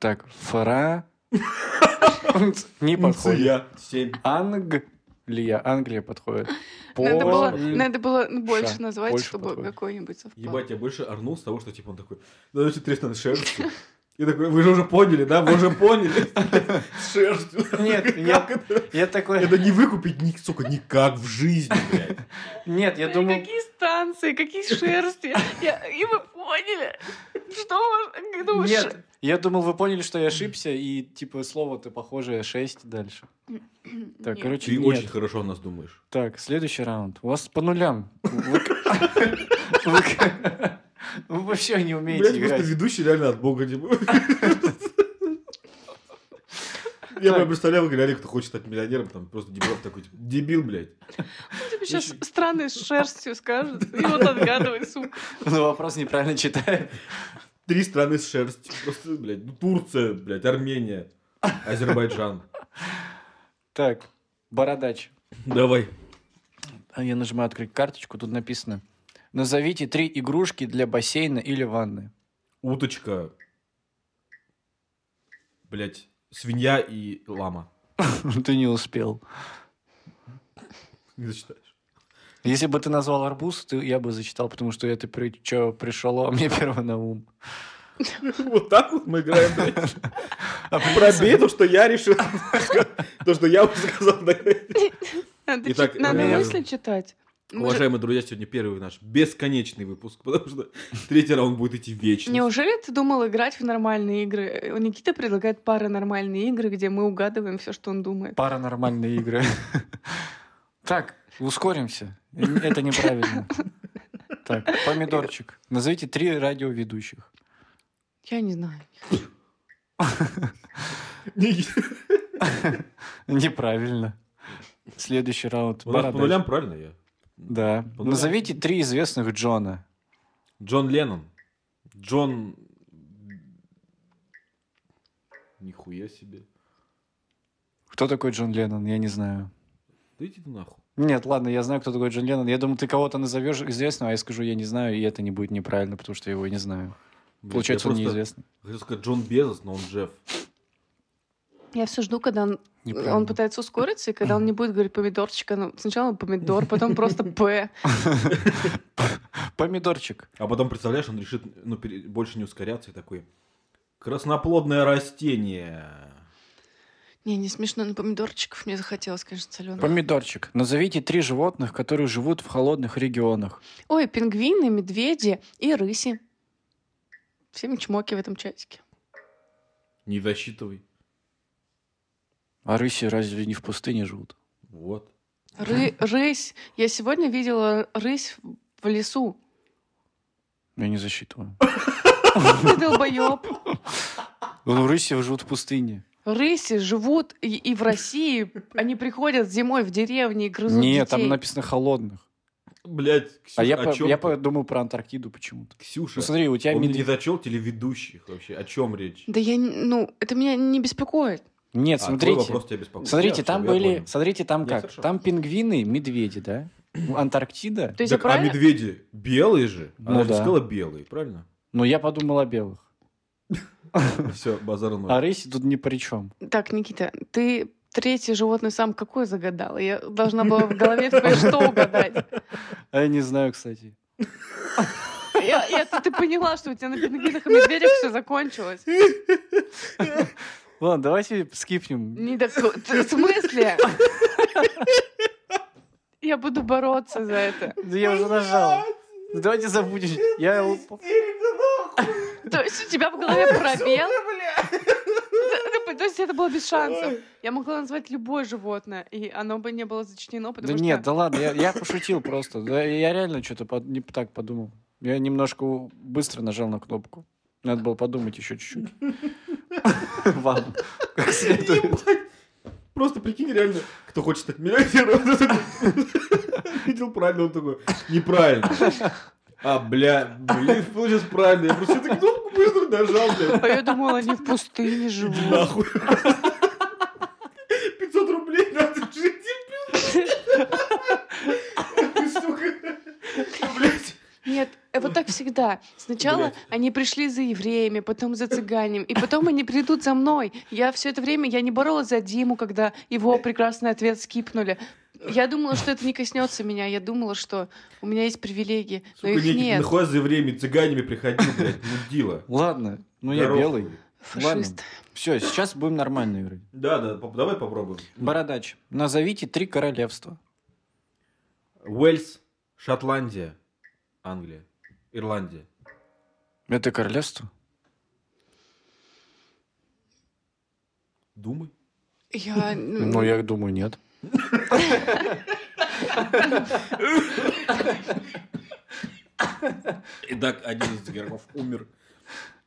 S3: Так, фра... Не подходит.
S4: Я семь.
S3: Англия. Англия подходит.
S2: Надо Ну, было,
S3: Пол-
S2: надо было больше
S3: Ша.
S2: назвать,
S3: Польша
S2: чтобы
S3: подходит.
S2: какой-нибудь совпал.
S4: Ебать, я больше орнул с того, что типа он такой, ну значит, Тристан с шерстью. И такой, вы же уже поняли, да? Вы уже поняли. С шерстью.
S3: Нет,
S4: Как
S3: я,
S4: это?
S3: я такой...
S4: Это не выкупить, ни- сука, никак в жизни, блядь.
S3: Нет, я
S2: Ой,
S3: думал...
S2: Какие станции, какие шерсти. Я- И вы поняли, что вы- я
S3: Ну
S2: думаю, ш-
S3: Нет, я думал, вы поняли, что я ошибся, и типа слово-то похожее 6 дальше. Так,
S2: Нет.
S3: короче,
S4: Ты
S3: нет.
S4: очень хорошо о нас думаешь.
S3: Так, следующий раунд. У вас по нулям. Вы к- вы к- вы вообще не умеете
S4: Блядь, просто
S3: играть.
S4: типа. ведущий реально от бога не был. Я прям представлял, как реально кто хочет стать миллионером, там просто дебилов такой, типа, дебил, блядь.
S2: Тебе сейчас странной шерстью скажут, и вот отгадывай, сука.
S3: Но вопрос неправильно читает.
S4: Три страны с шерстью. Просто, блядь, ну, Турция, блядь, Армения, Азербайджан.
S3: Так, бородач.
S4: Давай.
S3: А Я нажимаю открыть карточку, тут написано. Назовите три игрушки для бассейна или ванны.
S4: Уточка, блядь, свинья и лама.
S3: Ты не успел.
S4: Не зачитаешь.
S3: Если бы ты назвал арбуз, ты, я бы зачитал, потому что это при, чё пришло а мне первое на ум.
S4: Вот так вот мы играем, блядь.
S3: А
S4: Пробей то, что я решил. То, что я уже сказал.
S2: Надо,
S4: Итак,
S2: чит- надо
S3: э,
S2: мысли читать. Мы же-
S4: Уважаемые друзья, сегодня первый наш бесконечный выпуск, потому что третий раунд будет идти вечно.
S2: Неужели ты думал играть в нормальные игры? Э, Никита предлагает паранормальные игры, где мы угадываем все, что он думает.
S3: Паранормальные игры. Так, ускоримся. Это неправильно. Так, помидорчик. Назовите три радиоведущих.
S2: Я не знаю.
S3: Неправильно. Следующий раунд.
S4: У нас по
S3: Бородач.
S4: нулям правильно я?
S3: Да.
S4: По нулям.
S3: Назовите три известных Джона.
S4: Джон Леннон. Джон... Нихуя себе.
S3: Кто такой Джон Леннон? Я не знаю.
S4: Да иди ты нахуй.
S3: Нет, ладно, я знаю, кто такой Джон Леннон. Я думаю, ты кого-то назовешь известного, а я скажу, я не знаю, и это не будет неправильно, потому что я его не знаю.
S4: Блядь,
S3: Получается,
S4: я
S3: он
S4: просто
S3: неизвестный.
S4: Хотел сказать Джон Безос, но он Джефф.
S2: Я все жду, когда он,
S3: Неправильно.
S2: он пытается ускориться, и когда он не будет говорить помидорчик, оно- сначала помидор, потом просто П.
S3: Помидорчик.
S4: А потом, представляешь, он решит ну, пере- больше не ускоряться и такой... Красноплодное растение.
S2: Не, не смешно, но помидорчиков мне захотелось, конечно, соленых.
S3: Помидорчик. Назовите три животных, которые живут в холодных регионах.
S2: Ой, пингвины, медведи и рыси. Всем чмоки в этом чатике.
S4: Не засчитывай.
S3: А рыси разве не в пустыне живут?
S4: Вот.
S2: Ры- рысь. Я сегодня видела рысь в лесу.
S3: Я не засчитываю.
S2: Ты долбоеб.
S3: Ну, рыси живут в пустыне.
S2: Рыси живут и, и в России. Они приходят зимой в деревни и грызут
S3: Нет,
S2: детей.
S3: там написано холодных.
S4: Блять, Ксюша,
S3: А я,
S4: о
S3: по-
S4: чём
S3: я
S4: ты?
S3: по- думаю про Антарктиду почему-то.
S4: Ксюша,
S3: Ну, смотри, у тебя
S4: он
S3: медведь.
S4: не зачел телеведущих вообще. О чем речь?
S2: Да я, не- ну, это меня не беспокоит.
S3: Нет,
S4: А, твой
S3: смотрите.
S4: вопрос тебя беспокоит.
S3: Смотрите,
S4: Я
S3: там
S4: всё, я
S3: были...
S4: понял.
S3: Смотрите, там
S4: Я
S3: как?
S4: слышу.
S3: Там пингвины, медведи, да? Антарктида.
S2: То есть
S4: Так,
S2: я
S4: а
S2: правильно...
S4: медведи белые же?
S3: Ну
S4: Она же
S3: да.
S4: сказала белые, правильно?
S3: Но Ну, я подумал о белых.
S4: Все, базар ноль.
S3: А рыси тут ни при чем.
S2: Так, Никита, ты третий животный сам какой загадал? Я должна была в голове твоей что угадать?
S3: А я не знаю, кстати.
S2: Я, я- ты, ты поняла, что у тебя на пингвинах и медведях все закончилось.
S3: Ладно, давайте скипнем.
S2: Не до- Ты- В смысле? Я буду бороться за это.
S3: Да я уже нажал. Ну, Давайте забудем. Я... л-
S2: То есть у тебя в голове пробел? Да, да, То есть это было без шансов. Я могла назвать любое животное, и оно бы не было зачтено,
S3: Да
S2: потому что...
S3: нет, да ладно, я, я пошутил просто. Да, я реально что-то не так подумал. Я немножко у- быстро нажал на кнопку. Надо было подумать еще чуть-чуть. Ладно. Как следует.
S4: Ебать. Просто прикинь, реально, кто хочет стать миллионером, вот этот видел правильно, он такой, неправильно. А, бля, блин, получилось правильно. Я просто эту кнопку быстро нажал, бля.
S2: А я думала, они в пустыне
S4: Иди
S2: живут.
S4: нахуй. 500 рублей надо жить, дебил.
S2: Ну
S4: Сука. Блядь.
S2: Нет, э, вот так всегда. Сначала
S4: Блядь.
S2: они пришли за евреями, потом за цыганем, и потом они придут за мной. Я все это время, я не боролась за Диму, когда его прекрасный ответ скипнули. Я думала, что это не коснется меня. Я думала, что у меня есть привилегии, но
S4: Сука,
S2: их
S4: некий
S2: нет.
S4: нахуй за время цыганями приходил, блядь, мудила.
S3: Ладно, ну я
S4: Здорово.
S3: белый.
S2: Фашист.
S3: Все, сейчас будем нормально играть.
S4: Да, да, поп- давай попробуем.
S3: Бородач, назовите три королевства.
S4: Уэльс, Шотландия, Англия, Ирландия.
S3: Это королевство?
S4: Думай.
S2: Я...
S3: Ну, я думаю, нет.
S4: Итак, один из игроков умер.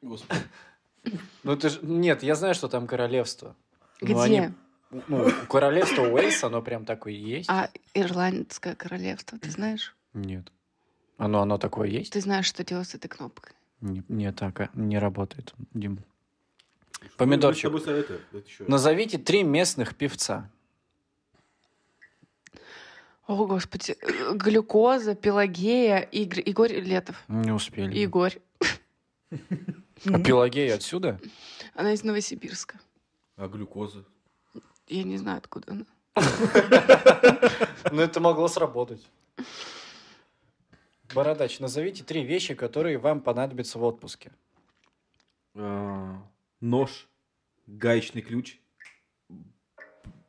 S4: Господи.
S3: Ну, ты ж... Нет, я знаю, что там королевство.
S2: Где?
S3: Ну, они- Ну, королевство Уэльс, оно прям такое есть.
S2: А Ирландское королевство, ты знаешь?
S3: Нет. Оно, оно такое есть?
S2: Ты знаешь, что делать с этой кнопкой?
S3: Не, не так, а, не работает, Дим. Помидорчик.
S4: Мы с тобой советуем. Это чё?
S3: Назовите три местных певца.
S2: О, господи. Э, Глюкоза, Пелагея, Игорь, Игорь Летов.
S3: Не успели.
S2: Игорь.
S3: А Пелагея отсюда?
S2: Она из Новосибирска.
S4: А глюкоза?
S2: Я не знаю, откуда она.
S3: Ну, это могло сработать. Бородач, назовите три вещи, которые вам понадобятся в отпуске.
S4: А, Нож, гаечный ключ.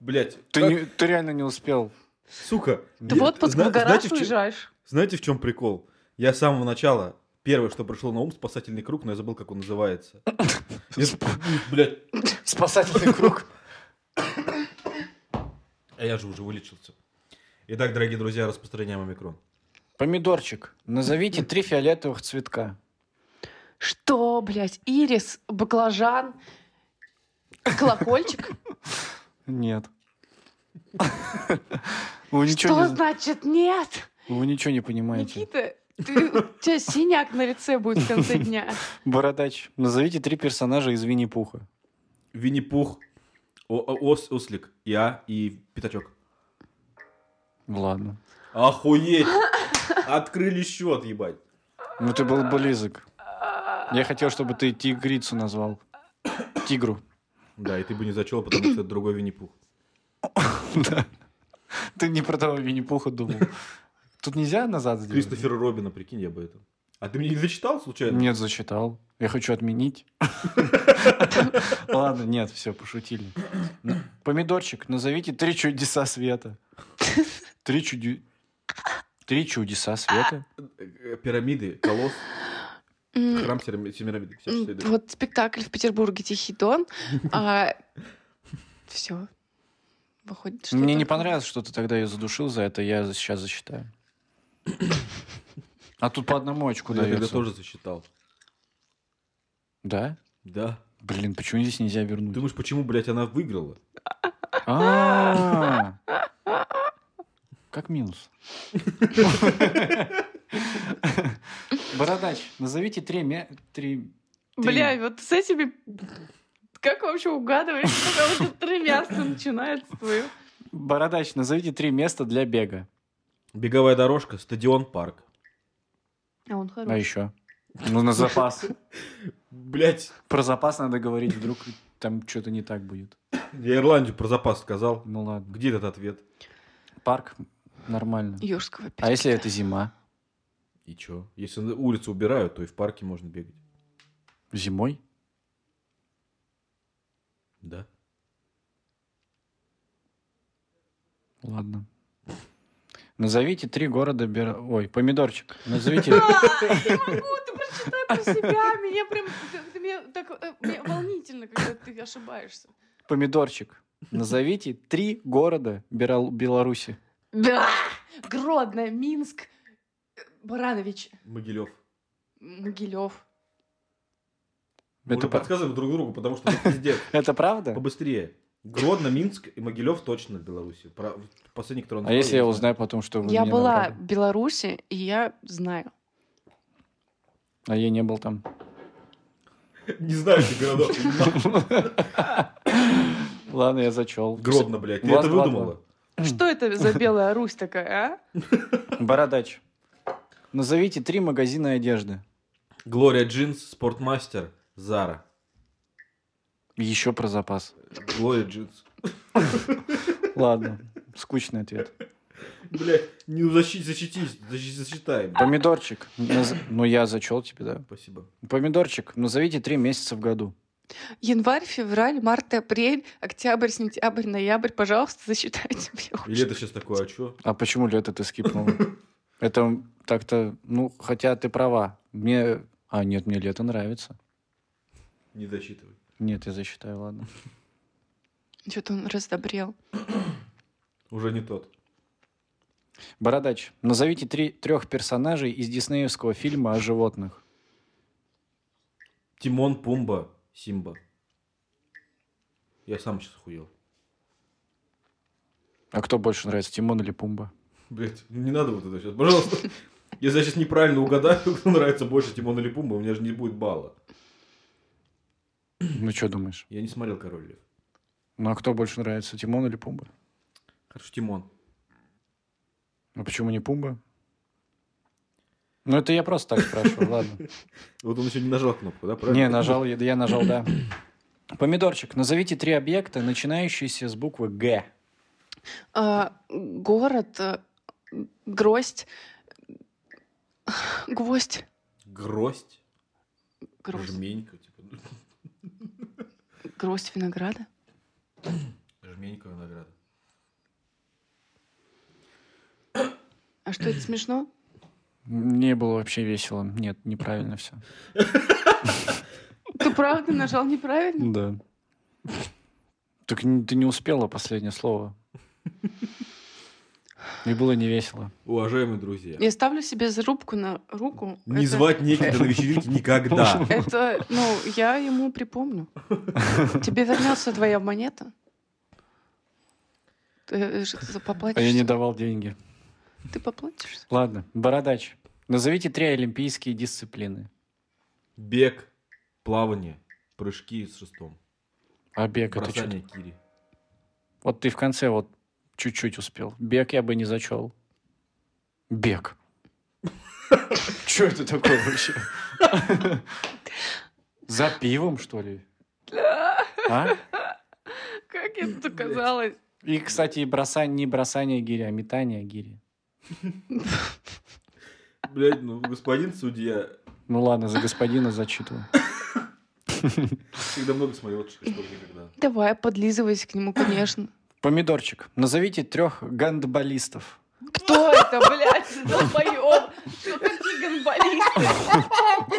S4: Блять,
S3: Ты, не- ты реально не успел.
S4: сука.
S2: Ты в
S4: я-
S2: отпуск
S4: зна-
S2: в гараж
S4: знаете, в чё-
S2: уезжаешь?
S4: Знаете, в чем прикол? Я с самого начала, первое, что пришло на ум, спасательный круг, но я забыл, как он называется. Я- Блядь,
S3: Спасательный круг.
S4: а я же уже вылечился. Итак, дорогие друзья, распространяем омикрон.
S3: Помидорчик, назовите три фиолетовых цветка.
S2: Что, блядь? Ирис, баклажан, колокольчик?
S3: Нет. Вы
S2: Что
S3: ничего не,
S2: значит нет?
S3: вы ничего не понимаете.
S2: Никита, ты- у тебя синяк на лице будет в конце дня.
S3: Бородач, назовите три персонажа из Винни-Пуха.
S4: Винни-Пух, О- О- Ос, Ослик, я и Пятачок.
S3: Ладно.
S4: Охуеть! Открыли счет, ебать.
S3: Ну ты был близок. Я хотел, чтобы ты тигрицу назвал. Тигру.
S4: Да, и ты бы не зачел, потому что это другой Винни-Пух.
S3: Да. Ты не про того Винни-Пуха думал. Тут нельзя назад сделать?
S4: Кристофера Робина, прикинь, я бы это. А ты мне не зачитал случайно?
S3: Нет, зачитал. Я хочу отменить. Ладно, нет, все, пошутили. На- Помидорчик, назовите три чудеса света. Три чуди... Три чудеса света?
S4: Э, Пирамиды, колосс,
S2: М,
S4: храм Серами- Семирамиды.
S2: м,
S4: 54 дыры.
S2: Вот спектакль в Петербурге «Тихий дон». Все. Выходит, что
S3: Мне не
S2: так.
S3: понравилось, что ты тогда ее задушил за это, я сейчас засчитаю. А тут по одному очку
S4: Ну, Я тогда
S3: дается.
S4: тоже засчитал.
S3: Да?
S4: Да.
S3: Блин, почему здесь нельзя вернуть?
S4: Думаешь, почему, блядь, она выиграла?
S3: А. Как минус. Бородач, назовите три... ме- три... три-
S2: Бля, вот с этими... Как вообще угадываешь, пока вот это три мяса начинается твое?
S3: Бородач, назовите три места для бега.
S4: Беговая дорожка, стадион, парк.
S2: А он
S3: А
S2: хороший.
S3: еще? Ну, на запас.
S4: Блять,
S3: Про запас надо говорить, вдруг там что-то не так будет.
S4: я Ирландию про запас сказал.
S3: Ну ладно.
S4: Где этот ответ?
S3: Парк нормально.
S2: Юрского
S3: А если
S2: периода.
S3: это зима?
S4: И чё? Если на улицу убирают, то и в парке можно бегать.
S3: Зимой?
S4: Да.
S3: Ладно. Назовите три города... Бер- Ой, помидорчик. Назовите...
S2: А, Я могу, ты прочитай про себя. Меня прям... ты- ты меня так, э, мне волнительно, когда ты ошибаешься.
S3: Помидорчик, назовите три города Берал- Беларуси.
S2: Да! Гродно, Минск, э, Баранович,
S4: Могилев.
S2: Могилев.
S4: Мы
S3: Это
S4: уже
S3: по-
S4: подсказываем друг другу, потому что это пиздец.
S3: Это правда?
S4: Побыстрее. Гродно, Минск и Могилев точно в Беларуси. Про- Последний, который он
S3: А если я
S4: сказал,
S3: узнаю потом, что вы
S2: Я
S3: мне
S2: была
S3: наврали?
S2: в Беларуси, и я знаю.
S3: А я не был там.
S4: Не знаю этих городов.
S3: Ладно, я зачел.
S4: Гродно, блядь. Ты
S3: Влад,
S4: это
S3: Влад,
S4: выдумала?
S2: Что это за Белая Русь такая, а?
S3: Бородач, назовите три магазина одежды.
S4: Глория Джинс, Спортмастер, Зара.
S3: Еще про запас.
S4: Глория Джинс.
S3: Ладно, скучный ответ.
S4: Блядь, не защи- защитись, защи- засчитай. блядь.
S3: Помидорчик, наз- ну я зачел тебе, да.
S4: Спасибо.
S3: Помидорчик, назовите три месяца в году.
S2: Январь, февраль, март, апрель, октябрь, сентябрь, ноябрь. Пожалуйста, засчитайте
S4: Или это сейчас такое, а чё?
S3: А почему лето ты скипнул? Это так-то, ну, хотя ты права. Мне... А, нет, мне лето нравится.
S4: Не засчитывай.
S3: Нет, я засчитаю, ладно.
S2: Что-то он раздобрел.
S4: Уже не тот.
S3: Бородач, назовите три, трех персонажей из диснеевского фильма о животных.
S4: Тимон, Пумба, Симба. Я сам сейчас охуел.
S3: А кто больше нравится, Тимон или Пумба?
S4: Блять, не надо вот это сейчас, пожалуйста. Если я сейчас неправильно угадаю, кто нравится больше Тимон или Пумба, у меня же не будет балла.
S3: Ну, что думаешь?
S4: Я не смотрел Король Лев.
S3: Ну, а кто больше нравится, Тимон или Пумба?
S4: Хорошо, Тимон.
S3: А почему не Пумба? Ну, это я просто так спрашиваю, ладно.
S4: Вот он еще не нажал кнопку, да? правильно?
S3: Не, нажал, я я нажал, да. Помидорчик, назовите три объекта, начинающиеся с буквы «Г».
S2: А, город, э, гроздь, гвоздь,
S4: Гроздь.
S2: гроздь,
S4: Жменька, типа.
S2: гроздь винограда.
S4: Жменька винограда.
S2: А что это смешно?
S3: Не было вообще весело. Нет, неправильно все.
S2: Ты правда нажал неправильно?
S3: Да. Так н- ты не успела последнее слово. И было не весело.
S4: Уважаемые друзья,
S2: Я ставлю себе зарубку на руку.
S4: не
S2: Это-
S4: звать Никита на вечеринке никогда.
S2: Это, ну, я ему припомню. Тебе вернется твоя монета. Ты же за-
S3: А я не
S2: поплатишься.
S3: давал деньги.
S2: Ты поплатишься.
S3: Ладно, бородач. Назовите три олимпийские дисциплины.
S4: Бег, плавание, прыжки с шестом.
S3: А бег это чё?
S4: Бросание кири.
S3: Вот ты в конце вот чуть-чуть успел. Бег я бы не зачел. Бег. Что это такое вообще? За пивом, что ли? А?
S2: Как это оказалось?
S3: И, кстати, и бросание, не бросание гири, а метание гири.
S4: Блять, ну господин судья
S3: Ну ладно, за господина зачитываю.
S4: всегда много смотрел, что никогда.
S3: А
S2: Давай, подлизывайся к нему, конечно.
S3: Помидорчик, назовите трех гандболистов.
S2: Кто это, блядь, долбоёб? Что такие гонболисты?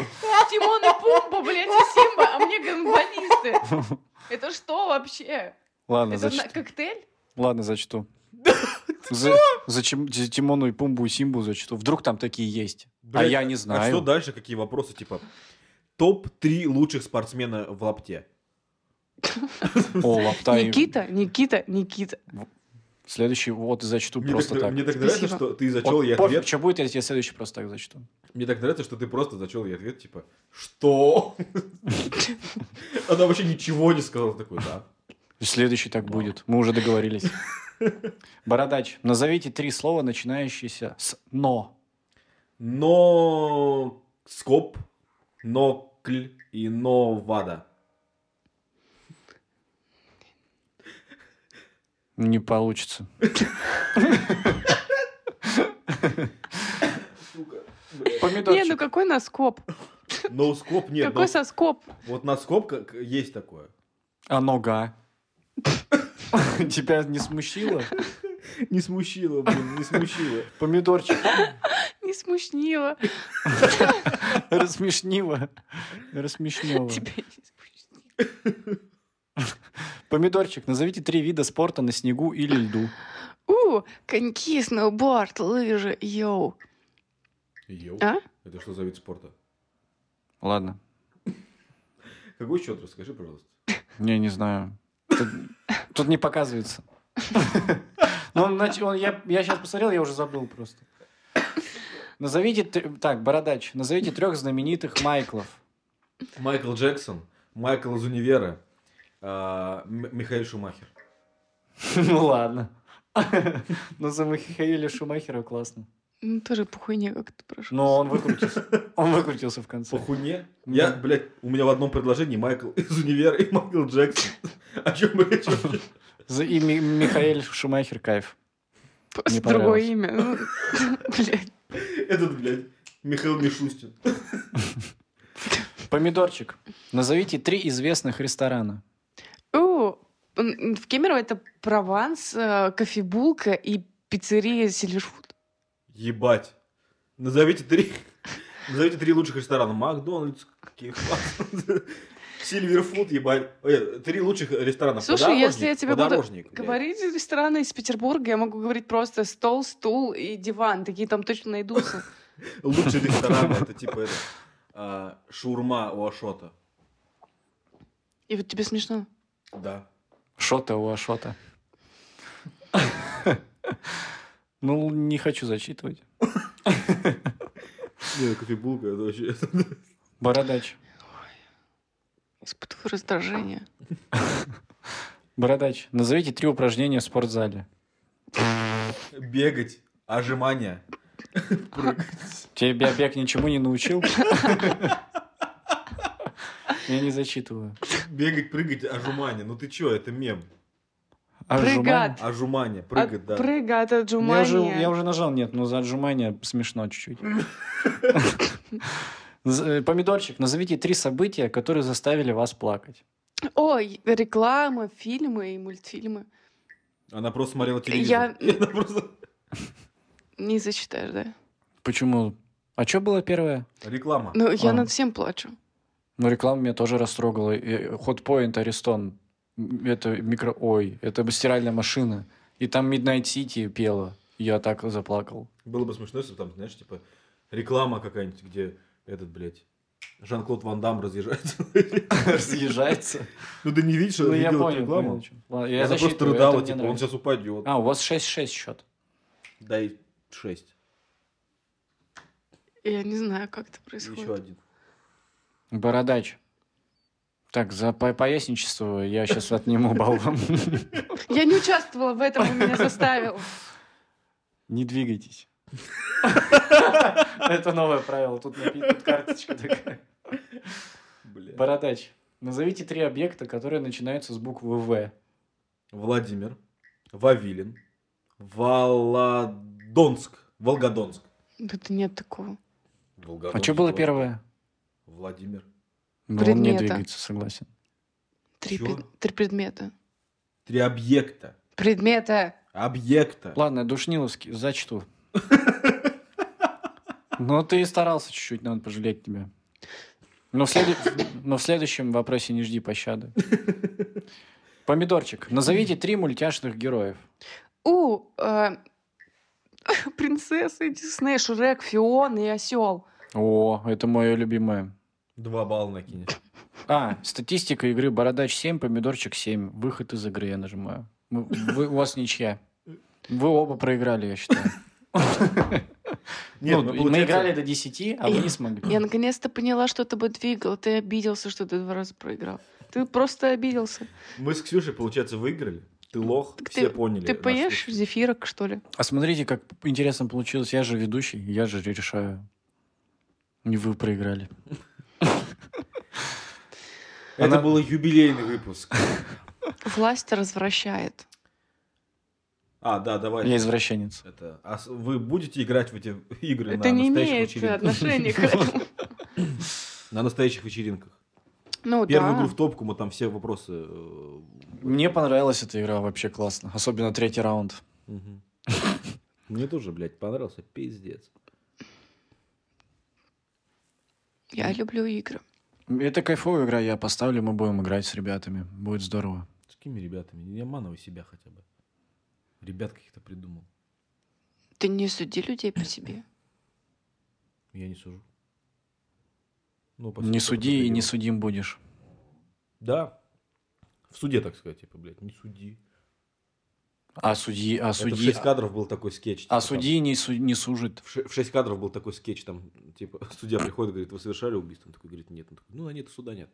S2: Тимон и Пумба, блядь, и Симба, а мне гонболисты. Это что вообще?
S3: Ладно,
S2: Это на-
S3: зачиту.
S2: коктейль?
S3: Ладно, зачту. За, за Чим- за Тимону и Пумбу и Симбу зачту. Вдруг там такие есть. а
S4: Блядь,
S3: я не
S4: А
S3: знаю.
S4: что дальше? Какие вопросы? Типа, топ-3 лучших спортсмена в лапте.
S3: О, лапта и-
S2: Никита, Никита, Никита.
S3: Следующий, вот, зачту
S4: Мне
S3: просто
S4: так,
S3: так.
S4: мне так нравится,
S2: Спасибо.
S4: что ты зачел и ответ.
S3: Что будет, если я следующий просто так зачту?
S4: Мне так нравится, что ты просто зачел и ответ, типа, что? Она вообще ничего не сказала. Такой, да.
S3: И Следующий так будет. Мы уже договорились. Бородач, назовите три слова, начинающиеся с «но».
S4: Но скоп, нокль и новада.
S3: Не получится.
S2: Не,
S3: Помидорчик.
S2: ну какой наскоп?
S4: Ноускоп нет.
S2: Какой
S4: но-
S2: соскоп?
S4: Вот на скоп как- есть такое.
S3: А нога? Тебя не смущило?
S4: Не смущило, блин, не смущило.
S3: Помидорчик.
S2: Не смущнило.
S3: Рассмешнило. Рассмешнило.
S2: Тебе не смущнило.
S3: Помидорчик, назовите три вида спорта на снегу или льду.
S2: У, коньки, сноуборд, лыжи, йоу.
S4: Йоу.
S2: А?
S4: Это что за вид спорта?
S3: Ладно.
S4: Какой счет, расскажи, пожалуйста.
S3: Я не знаю. Тут, тут не показывается. Но Ну, он нач- он- я, сейчас посмотрел, я уже забыл просто. Назовите... тр- Так, Бородач, назовите трех знаменитых Майклов.
S4: Майкл Джексон, Майкл из универа, а, М- Михаил Шумахер.
S3: Ну ладно. Но Ну, за Михаила Шумахера классно.
S2: Ну, тоже по хуйне как-то прошу.
S3: Но он выкрутился. Он выкрутился в конце.
S4: Похуне?
S3: Ну
S4: Я,
S3: да.
S4: блядь, у меня в одном предложении Майкл из универа и Майкл Джексон. О чем речь вообще?
S3: За- И Ми- Михаил Шумахер кайф.
S2: Просто
S3: не
S2: другое
S3: понравилось.
S2: имя. Ну, Блядь.
S4: Этот, блядь, Михаил Мишустин.
S3: Помидорчик, назовите три известных ресторана.
S2: У, м, в Кемерово это Прованс, э, кофебулка и пиццерия Сильверфуд.
S4: Ебать. Назовите три... Назовите три лучших ресторана. Макдональдс, Кихас, Сильверфуд, ебать. Э, Три лучших ресторана.
S2: Слушай,
S4: Подорожник,
S2: если я тебе буду
S4: подорожник, блядь.
S2: Говорить рестораны из Петербурга, я могу говорить просто стол, стул и диван. Такие там точно найдутся.
S4: Лучший ресторан это типа это, а, шаурма у Ашота.
S2: И вот тебе смешно.
S4: Да.
S3: Шота у Ашота. Ну, не хочу зачитывать.
S4: Не, кофебулка, это вообще...
S3: Бородач.
S2: Испытываю раздражение.
S3: Бородач, назовите три упражнения в спортзале.
S4: Бегать, отжимания.
S3: Тебя бег ничему не научил? Я не зачитываю.
S4: Бегать, прыгать, отжимания. Ну ты чё, это мем.
S3: Отжимание.
S2: Прыгать.
S4: Отжимания, прыгать,
S2: От-
S4: да. Ну,
S2: Прыгать,
S3: А Я уже,
S2: отжимания.
S3: я уже нажал нет, но за отжимание смешно чуть-чуть. З- э, Помидорчик, назовите три события, которые заставили вас плакать.
S2: Ой, реклама, фильмы и мультфильмы.
S4: Она просто смотрела телевизор. Я... Она просто...
S2: Не зачитаешь, да?
S3: Почему? А что было первое?
S4: Реклама.
S2: Ну, я
S3: А.
S2: над всем плачу.
S3: Ну, реклама меня тоже растрогала. И Hotpoint, Аристон, м, это микро... Ой, это бы стиральная машина. И там Midnight City пела. Я так заплакал.
S4: Было бы смешно, если бы там, знаешь, типа, реклама какая-нибудь, где этот, блядь, Жан-Клод Ван Дам разъезжается.
S3: Разъезжается.
S4: Ну ты не видишь,
S3: Ну, я
S4: видел эту
S3: понял. понял, о
S4: рекламу?
S3: чем. Ладно,
S4: Я
S3: Я
S4: просто
S3: засчитываю,
S4: рыдала,
S3: это
S4: типа,
S3: мне
S4: он
S3: нравится.
S4: сейчас упадет.
S3: А, у вас 6-6 счет.
S4: Дай шесть.
S2: Я не знаю, как это
S4: И Еще
S2: происходит.
S4: один.
S3: Бородач. Так, за по- поясничество я сейчас отниму балл вам.
S2: Я не участвовала в этом, он меня заставил.
S3: Не двигайтесь. Это новое правило. Тут напи- тут карточка такая.
S4: Бля.
S3: Бородач. Назовите три объекта, которые начинаются с буквы В.
S4: Владимир, Вавилин, Володонск. Волгодонск.
S2: Да это нет такого.
S4: Волгодонск.
S3: А что было первое?
S4: Владимир.
S3: Ну, он не
S2: Предмета.
S3: двигается, согласен.
S2: Три,
S4: Чё?
S2: пед- три предмета.
S4: Три объекта.
S2: Предмета.
S4: Объекта.
S3: Ладно, Душниловский, зачту. Но ты и старался чуть-чуть, надо пожалеть тебя. Но в, следу- но в следующем вопросе не жди пощады. Помидорчик, назовите три мультяшных героев.
S2: У э, принцессы Дисней, Шрек, Фион и Осел.
S3: О, это мое любимое.
S4: Два балла накинешь.
S3: А, статистика игры Бородач 7, Помидорчик 7. Выход из игры я нажимаю. Вы- вы- у вас ничья. Вы оба проиграли, я считаю.
S4: Нет,
S3: Ну,
S4: ну,
S3: мы
S4: получается-
S3: играли до 10, а вы не смогли.
S2: Я наконец-то поняла, что тобой двигал. Ты обиделся, что ты два раза проиграл. Ты просто обиделся.
S4: Мы с Ксюшей, получается, выиграли. Ты лох,
S2: Так
S4: все поняли.
S2: Ты
S4: Нас
S2: поешь
S4: слушают.
S2: зефирок, что ли?
S3: А смотрите, как интересно получилось. Я же ведущий, я же решаю. И вы проиграли.
S4: Это
S3: Она-
S4: был юбилейный выпуск.
S2: Власть развращает.
S4: А, да, давай.
S3: Я извращенец.
S4: Это, а с- вы будете играть в эти игры
S2: это
S4: на
S2: не
S4: настоящих
S2: имеет
S4: вечеринках?
S2: отношения к этому.
S4: На настоящих вечеринках.
S2: Ну
S4: Первую
S2: да.
S4: игру в топку мы там все вопросы... э,
S3: Мне понравилась эта игра вообще классно. Особенно третий раунд.
S4: мгм. Мне тоже, блядь, понравился. Пиздец.
S2: Я люблю игры.
S3: Это кайфовая игра, я поставлю, мы будем играть с ребятами. Будет здорово.
S4: С какими ребятами? Не обманывай себя хотя бы. Ребят каких-то придумал.
S2: Ты не суди людей по себе.
S4: Я не сужу. Ну, по
S3: Не
S4: сути, только
S3: суди и не
S4: придумал.
S3: судим будешь.
S4: Да. В суде, так сказать, типа, блядь, не суди.
S3: А судьи, а
S4: Это в
S3: судьи,
S4: 6 кадров был такой скетч. типа,
S3: а
S4: там.
S3: судьи не, су- не сужит.
S4: В ше- в 6 кадров был такой скетч, там, типа, судья приходит, говорит, вы совершали убийство? Он такой говорит, нет. Он такой, ну, на нет, суда нет.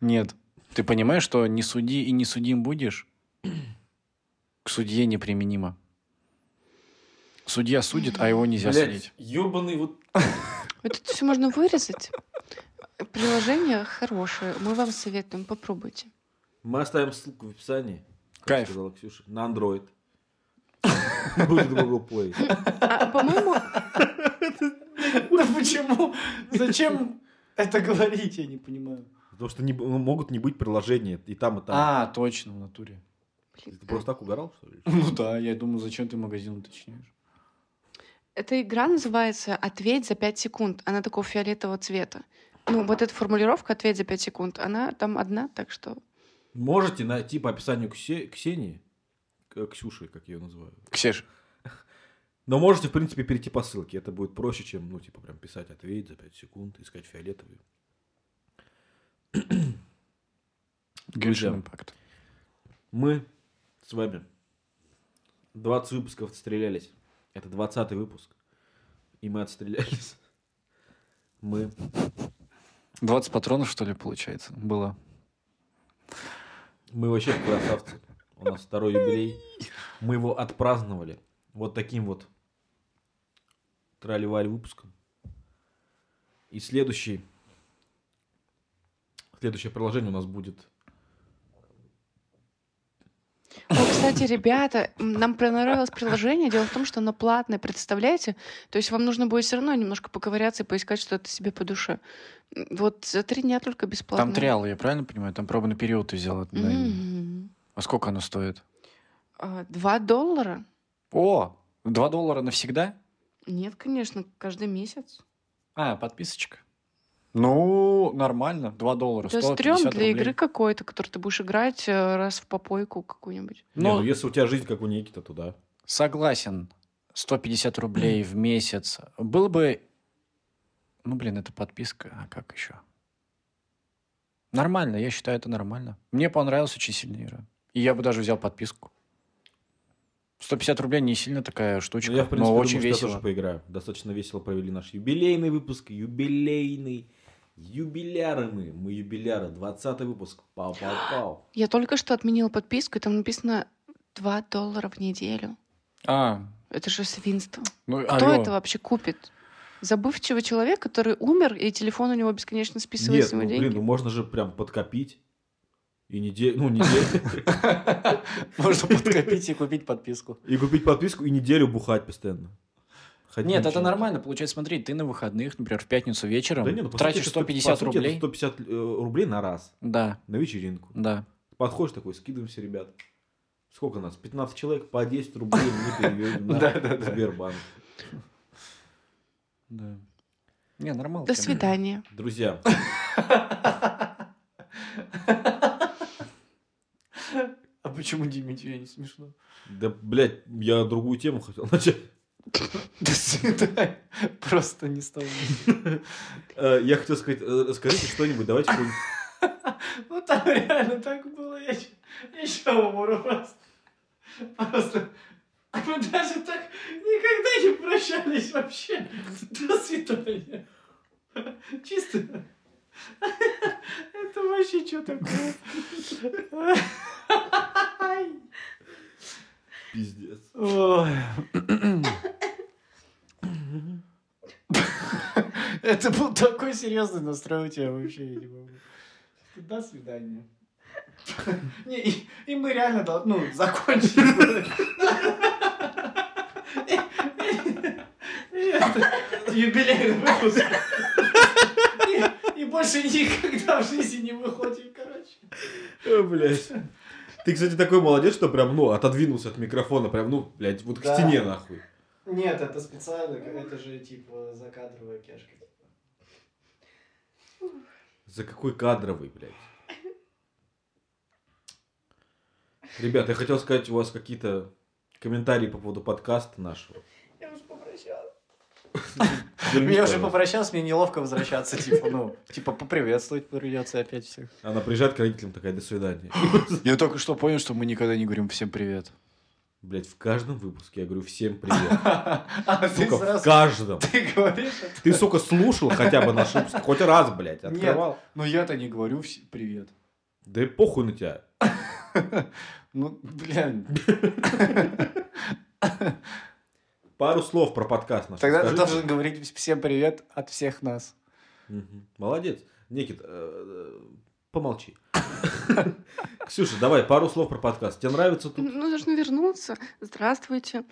S3: Нет. Ты понимаешь, что не суди и не судим будешь? К судье неприменимо. Судья судит, а его нельзя судить.
S4: ебаный вот...
S2: Вот это все можно вырезать. Приложение хорошее. Мы вам советуем, попробуйте.
S4: Мы оставим ссылку в описании. как
S3: Кайф.
S4: сказала Ксюша. На Android. Будет Google Play.
S2: А, по-моему,
S3: Да почему? Зачем это говорить, я не понимаю.
S4: Потому что не б- ну, могут не быть приложения и там, и там.
S3: А, точно, в натуре.
S4: Ты просто так угорал, что ли?
S3: Ну да, я думаю, зачем ты магазин уточняешь?
S2: эта игра называется «Ответь за 5 секунд». Она такого фиолетового цвета. Ну, вот эта формулировка «Ответь за 5 секунд», она там одна, так что...
S4: Можете найти по описанию Ксе- Ксении, к- Ксюши, как ее называют.
S3: Ксеш,
S4: Но можете, в принципе, перейти по ссылке. Это будет проще, чем, ну, типа, прям писать ответ за 5 секунд, искать фиолетовый.
S3: Геншин
S4: да.
S3: Импакт.
S4: Мы с вами 20 выпусков отстрелялись. Это 20 выпуск. И мы отстрелялись. Мы
S3: 20 патронов, что ли, получается, было?
S4: Мы вообще красавцы. У нас второй юбилей. Мы его отпраздновали вот таким вот тролливали выпуском. И следующий, следующее приложение у нас будет.
S2: Ну, кстати, ребята, м, нам понравилось приложение. Дело в том, что оно платное, представляете? То есть вам нужно будет все равно немножко поковыряться и поискать что-то себе по душе. М, Вот за три дня только бесплатно.
S3: Там триал, я правильно понимаю? Там пробный период ты взял. да?
S2: М.
S3: А сколько оно стоит?
S2: А, Два доллара?
S3: О, 2 доллара навсегда?
S2: Нет, конечно, каждый месяц.
S3: А, подписочка. Ну, нормально. 2 доллара.
S2: То есть
S3: 150
S2: трем для
S3: Ну, рублей.
S2: игры какой-то, который ты будешь играть э, раз в попойку какую-нибудь.
S4: Не,
S3: Ну,
S4: ну, если у тебя жизнь как у Никита, то да.
S3: согласен. 150 рублей в месяц. Было бы... Ну, блин, это подписка. А как еще? Нормально, я считаю, это нормально. Мне понравилась очень сильная игра. И я бы даже взял подписку. 150 рублей не сильно такая штучка,
S4: Ну, я, в принципе,
S3: но
S4: думаю,
S3: очень
S4: что я
S3: весело.
S4: тоже поиграю. Достаточно весело провели наш юбилейный выпуск. Юбилейный. Юбиляры мы. Мы юбиляры. 20 выпуск. Пау-пау-пау.
S2: Я только что отменила подписку, и там написано 2 доллара в неделю.
S3: А,
S2: Это же свинство.
S3: ну,
S2: Кто
S3: алло.
S2: это вообще купит? Забывчивый человек, который умер, и телефон у него бесконечно списывает
S4: Нет,
S2: с него
S4: ну,
S2: деньги.
S4: блин, ну можно же прям подкопить. И неделю, ну, неделю.
S3: Можно подкопить и купить подписку.
S4: И купить подписку, и неделю бухать постоянно. Ходить
S3: Нет, это
S4: ничего.
S3: нормально. Получается, смотри, ты на выходных, например, в пятницу вечером
S4: Да не, ну, по
S3: тратишь
S4: сути, это-
S3: 150
S4: по сути, это
S3: рублей.
S4: 150 э, рублей на раз,
S3: Да,
S4: на вечеринку.
S3: да.
S4: Подходишь такой, скидываемся, ребят. Сколько нас? 15 человек, по 10 рублей мы переведем на
S3: Да, да, да.
S4: Сбербанк.
S3: да. Не,
S4: ну,
S3: нормально.
S2: До
S3: тема.
S2: свидания.
S4: Друзья,
S3: А почему Диме тебе не смешно?
S4: да, блядь, я другую тему хотел начать.
S3: До свидания. Просто не стало.
S4: Э, Я хотел сказать, э, расскажите что-нибудь, давайте что-нибудь.
S3: Ну там реально так было. Я еще умру просто. Просто. А Мы даже так никогда не прощались вообще. До свидания. Чисто. Это вообще что такое?
S4: Пиздец.
S3: Ой. Это был такой серьезный настрой у тебя вообще, я не могу. До свидания. Не, и, и мы реально дол- ну, закончили. И- и- и это Юбилейный выпуск. И, и больше никогда в жизни не выходим, короче.
S4: Э, Блядь. Ты, кстати, такой молодец, что прям, ну, отодвинулся от микрофона, прям, ну, блядь, вот к
S3: Да.
S4: стене нахуй.
S3: Нет, это специально, это же типа закадровая кешка.
S4: За какой кадровый, блядь? Ребят, я хотел сказать, у вас какие-то комментарии по поводу подкаста нашего.
S2: Я уже попрощалась.
S4: Вернись,
S3: Я уже
S4: пожалуйста.
S3: попрощался, мне неловко возвращаться, типа, ну, типа, поприветствовать придется опять всех.
S4: Она приезжает к родителям такая, до свидания.
S3: Я только что понял, что мы никогда не говорим всем привет.
S4: Блядь, в каждом выпуске я говорю всем привет.
S3: А ты
S4: Сука, в
S3: сразу
S4: каждом.
S3: ты говоришь? это?
S4: Ты, сука, слушал хотя бы наш выпуск, хоть раз, блядь, открывал.
S3: Нет, но Ну, я-то не говорю вс- привет.
S4: Да и похуй на тебя.
S3: Ну, блин.
S4: Пару слов про подкаст наш.
S3: Тогда ты
S4: расскажи.
S3: должен говорить всем привет от всех нас.
S4: Мгм. Молодец. Никит, э, э, помолчи. Ксюша, давай пару слов про подкаст. Тебе нравится тут?
S2: Ну, нужно вернуться. Здравствуйте.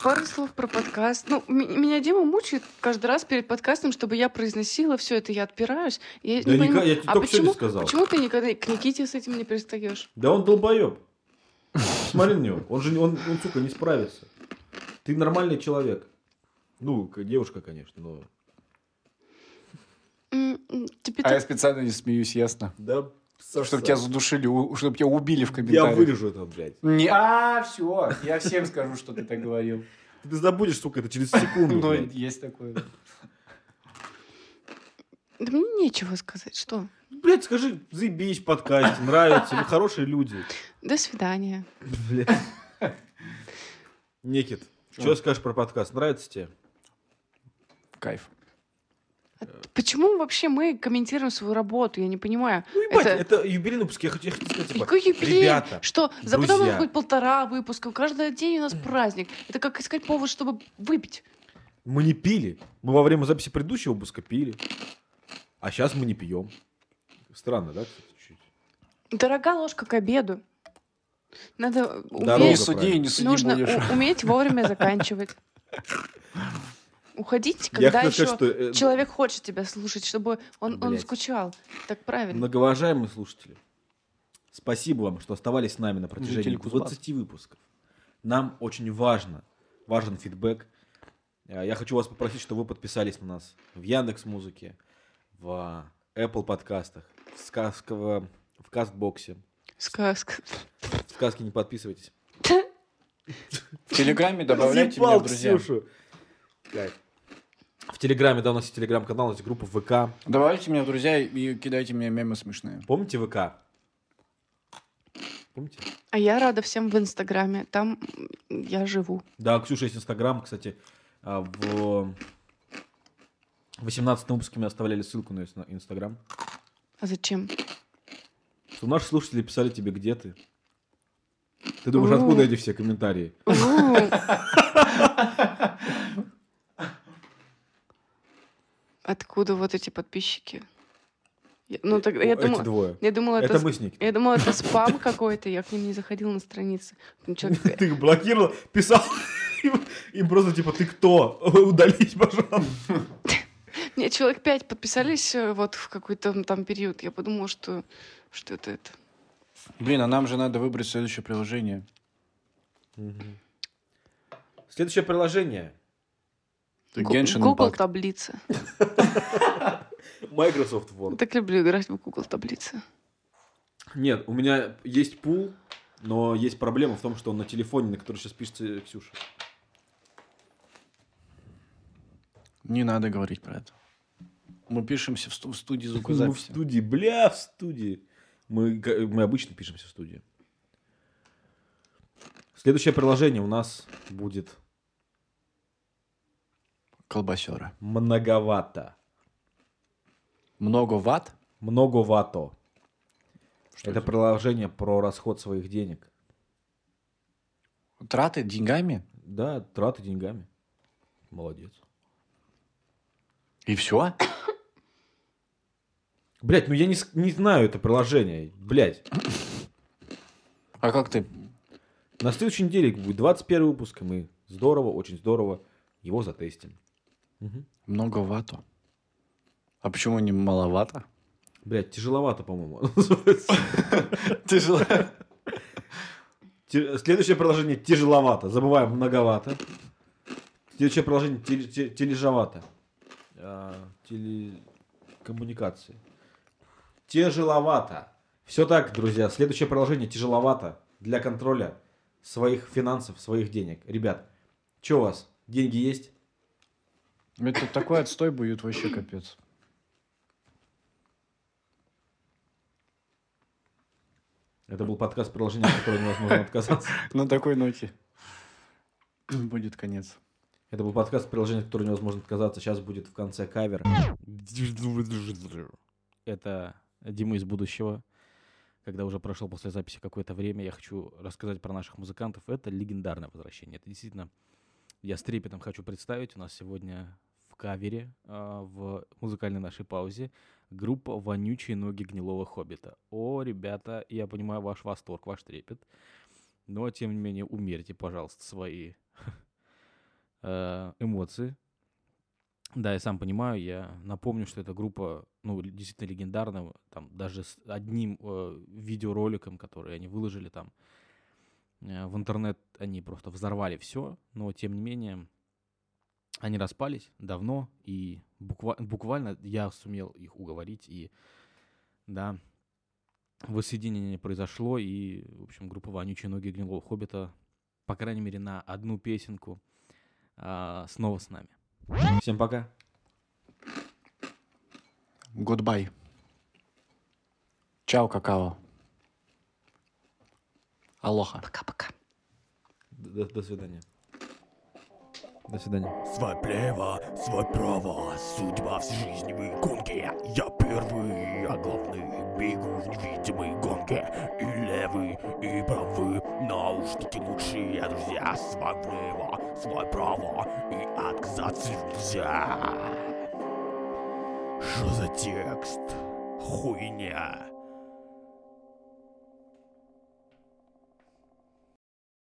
S2: Пару слов про подкаст. Ну, м- меня Дима мучает каждый раз перед подкастом, чтобы я произносила все это, я отпираюсь. Я
S4: Да
S2: не
S4: ника-
S2: понимаю,
S4: я тебе
S2: а
S4: только сегодня
S2: почему,
S4: сказал.
S2: почему ты никогда к Никите с этим не пристаешь?
S4: Да он долбоеб. Смотри на него. Он же, не- он, он, сука, не справится. Ты нормальный человек. Ну, к- девушка, конечно, но...
S2: М, м, Тебе
S3: А я
S2: так-
S3: специально не смеюсь, ясно.
S4: Да,
S3: Чтобы тебя задушили, у- чтобы тебя убили в
S4: Я
S3: комментариях.
S4: вырежу это, блядь.
S3: Не, а, все, я всем скажу, что ты так говорил.
S4: Ну, Ты забудешь, сука, это через секунду,
S3: Ну,
S4: блядь.
S3: есть такое.
S2: Да мне нечего сказать, что?
S4: Блять, скажи, заебись в подкасте, нравится, вы хорошие люди.
S2: До свидания.
S4: Блядь. Некит, что скажешь про подкаст? Нравится тебе?
S3: Кайф.
S2: Почему вообще мы комментируем свою работу? Я не понимаю.
S4: Ну, ебать,
S2: Это-
S4: это, юбилейный выпуск. Я хотел я хотел сказать, типа,
S2: Какой юбилей?
S4: ребята,
S2: что? За потом у нас
S4: друзья.
S2: будет полтора выпуска. Каждый день у нас праздник. Это как искать повод, чтобы выпить.
S4: мы не пили. Мы во время записи предыдущего выпуска пили. А сейчас мы не пьем. Странно, да? кстати, чуть?
S2: Дорога ложка к обеду. Надо
S4: Дорога,
S3: Не
S2: уметь,
S3: суди,
S4: правильно.
S3: не суди
S2: нужно
S3: будешь.
S2: у- уметь вовремя заканчивать. Уходить,
S4: Я
S2: когда
S4: хотел
S2: еще
S4: сказать, что... э,
S2: человек хочет тебя слушать, чтобы он, он
S4: Блядь. Ну.
S2: скучал. Так правильно.
S4: Многоуважаемые слушатели, спасибо вам, что оставались с нами на протяжении
S3: Жители Кузбасса.
S4: 20 выпусков. Нам очень важно, важен фидбэк. Э, Я хочу вас попросить, чтобы вы подписались на нас в Яндекс Музыке, в э, Apple подкастах, в, сказка, в, в Кастбоксе.
S2: Сказка.
S4: В сказке не подписывайтесь.
S3: В Телеграме добавляйте меня,
S4: Разъебал
S3: в друзья.
S4: Ксюшу. Кайф. В Телеграме, да, у нас есть Телеграм-канал, есть группа ВК.
S3: Добавляйте меня в друзья и кидайте мне мемы смешные.
S4: Помните ВК? Помните?
S2: А я рада всем в Инстаграме. Там м, я живу.
S4: Да, у Ксюши есть Инстаграм, кстати, а, в 18 выпуске мы оставляли ссылку на инс- на Инстаграм.
S2: А зачем?
S4: Что наши слушатели писали тебе, где ты. Ты думаешь,
S2: Ну.
S4: откуда эти все комментарии?
S2: У, Ну. Откуда вот эти подписчики? Я- Ну, тогда я
S4: О, Эти
S2: думала,
S4: двое.
S2: я думала, это,
S4: Это
S2: с-
S4: мы с Никитой.
S2: я думала, это спам какой-то, я к ним не заходила на страницы. Ну, чё,
S4: Ты их блокировал, писал им- им просто типа, ты кто? Удались, пожалуйста.
S2: Мне человек пять подписались э, вот в какой-то там период. Я подумала, что что это это.
S3: Блин, а нам же надо выбрать следующее приложение.
S4: Следующее приложение.
S3: Ты
S2: Гу-
S3: Genshin
S2: Google
S3: Impact.
S2: таблица.
S4: Microsoft
S2: Я
S4: Word.
S2: так люблю играть в Google таблицы.
S4: Нет, у меня есть пул, но есть проблема в том, что он на телефоне, на который сейчас пишется Ксюша.
S3: Не надо говорить про это. Мы пишемся в, сту- в студии
S4: Мы Ну, в
S3: звукозаписи.
S4: студии, бля, в студии. Мы, г- мы обычно пишемся в студии. Следующее приложение у нас будет
S3: Колбасера.
S4: многовато.
S3: Много ват?
S4: Многовато.
S3: Что
S4: это
S3: это?
S4: приложение про расход своих денег.
S3: Траты деньгами?
S4: Да, траты деньгами. Молодец.
S3: И все?
S4: Блять, ну я не, с- не знаю это приложение. Блять.
S3: А как ты?
S4: На следующей неделе будет 21 выпуск, и мы здорово, очень здорово его затестим.
S3: Много вату. А почему не маловато?
S4: Блять, тяжеловато, по-моему. оно называется.
S3: Тяжело.
S4: Те- Следующее приложение тяжеловато. Забываем, многовато. Следующее приложение теле- те- тележовато. А, Телекоммуникации. Тяжеловато. Все так, друзья. Следующее приложение тяжеловато для контроля своих финансов, своих денег. Ребят, что у вас? Деньги есть?
S3: Это такой отстой будет вообще капец.
S4: Это был подкаст приложения, от которого невозможно отказаться.
S3: На такой ноте будет конец.
S4: Это был подкаст приложение, от которого невозможно отказаться. Сейчас будет в конце кавер.
S1: Это Дима из будущего. Когда уже прошло после записи какое-то время, я хочу рассказать про наших музыкантов. Это легендарное возвращение. Это действительно, я с трепетом хочу представить. У нас сегодня в кавере, а, в музыкальной нашей паузе, группа «Вонючие ноги гнилого хоббита». О, ребята, я понимаю ваш восторг, ваш трепет. Но, тем не менее, умерьте, пожалуйста, свои э, эмоции. Да, я сам понимаю, я напомню, что эта группа, ну, л- действительно легендарная, там даже с одним э, видеороликом, который они выложили там э, в интернет, они просто взорвали все, но тем не менее они распались давно, и буква- буквально я сумел их уговорить, и да, воссоединение произошло, и, в общем, группа «Вонючие ноги гнилого хоббита», по крайней мере, на одну песенку а, снова с нами.
S4: Всем пока.
S3: Goodbye. Чао, какао. Алоха.
S2: Пока-пока.
S4: До, до- до свидания. До свидания.
S6: Свой плево, свой право, судьба всей жизни в гонке. Я первый, я главный, бегу в невидимой гонке. И левый, и правый, наушники лучшие друзья. Свой плево, свой право, и отказаться нельзя. Что за текст? Хуйня.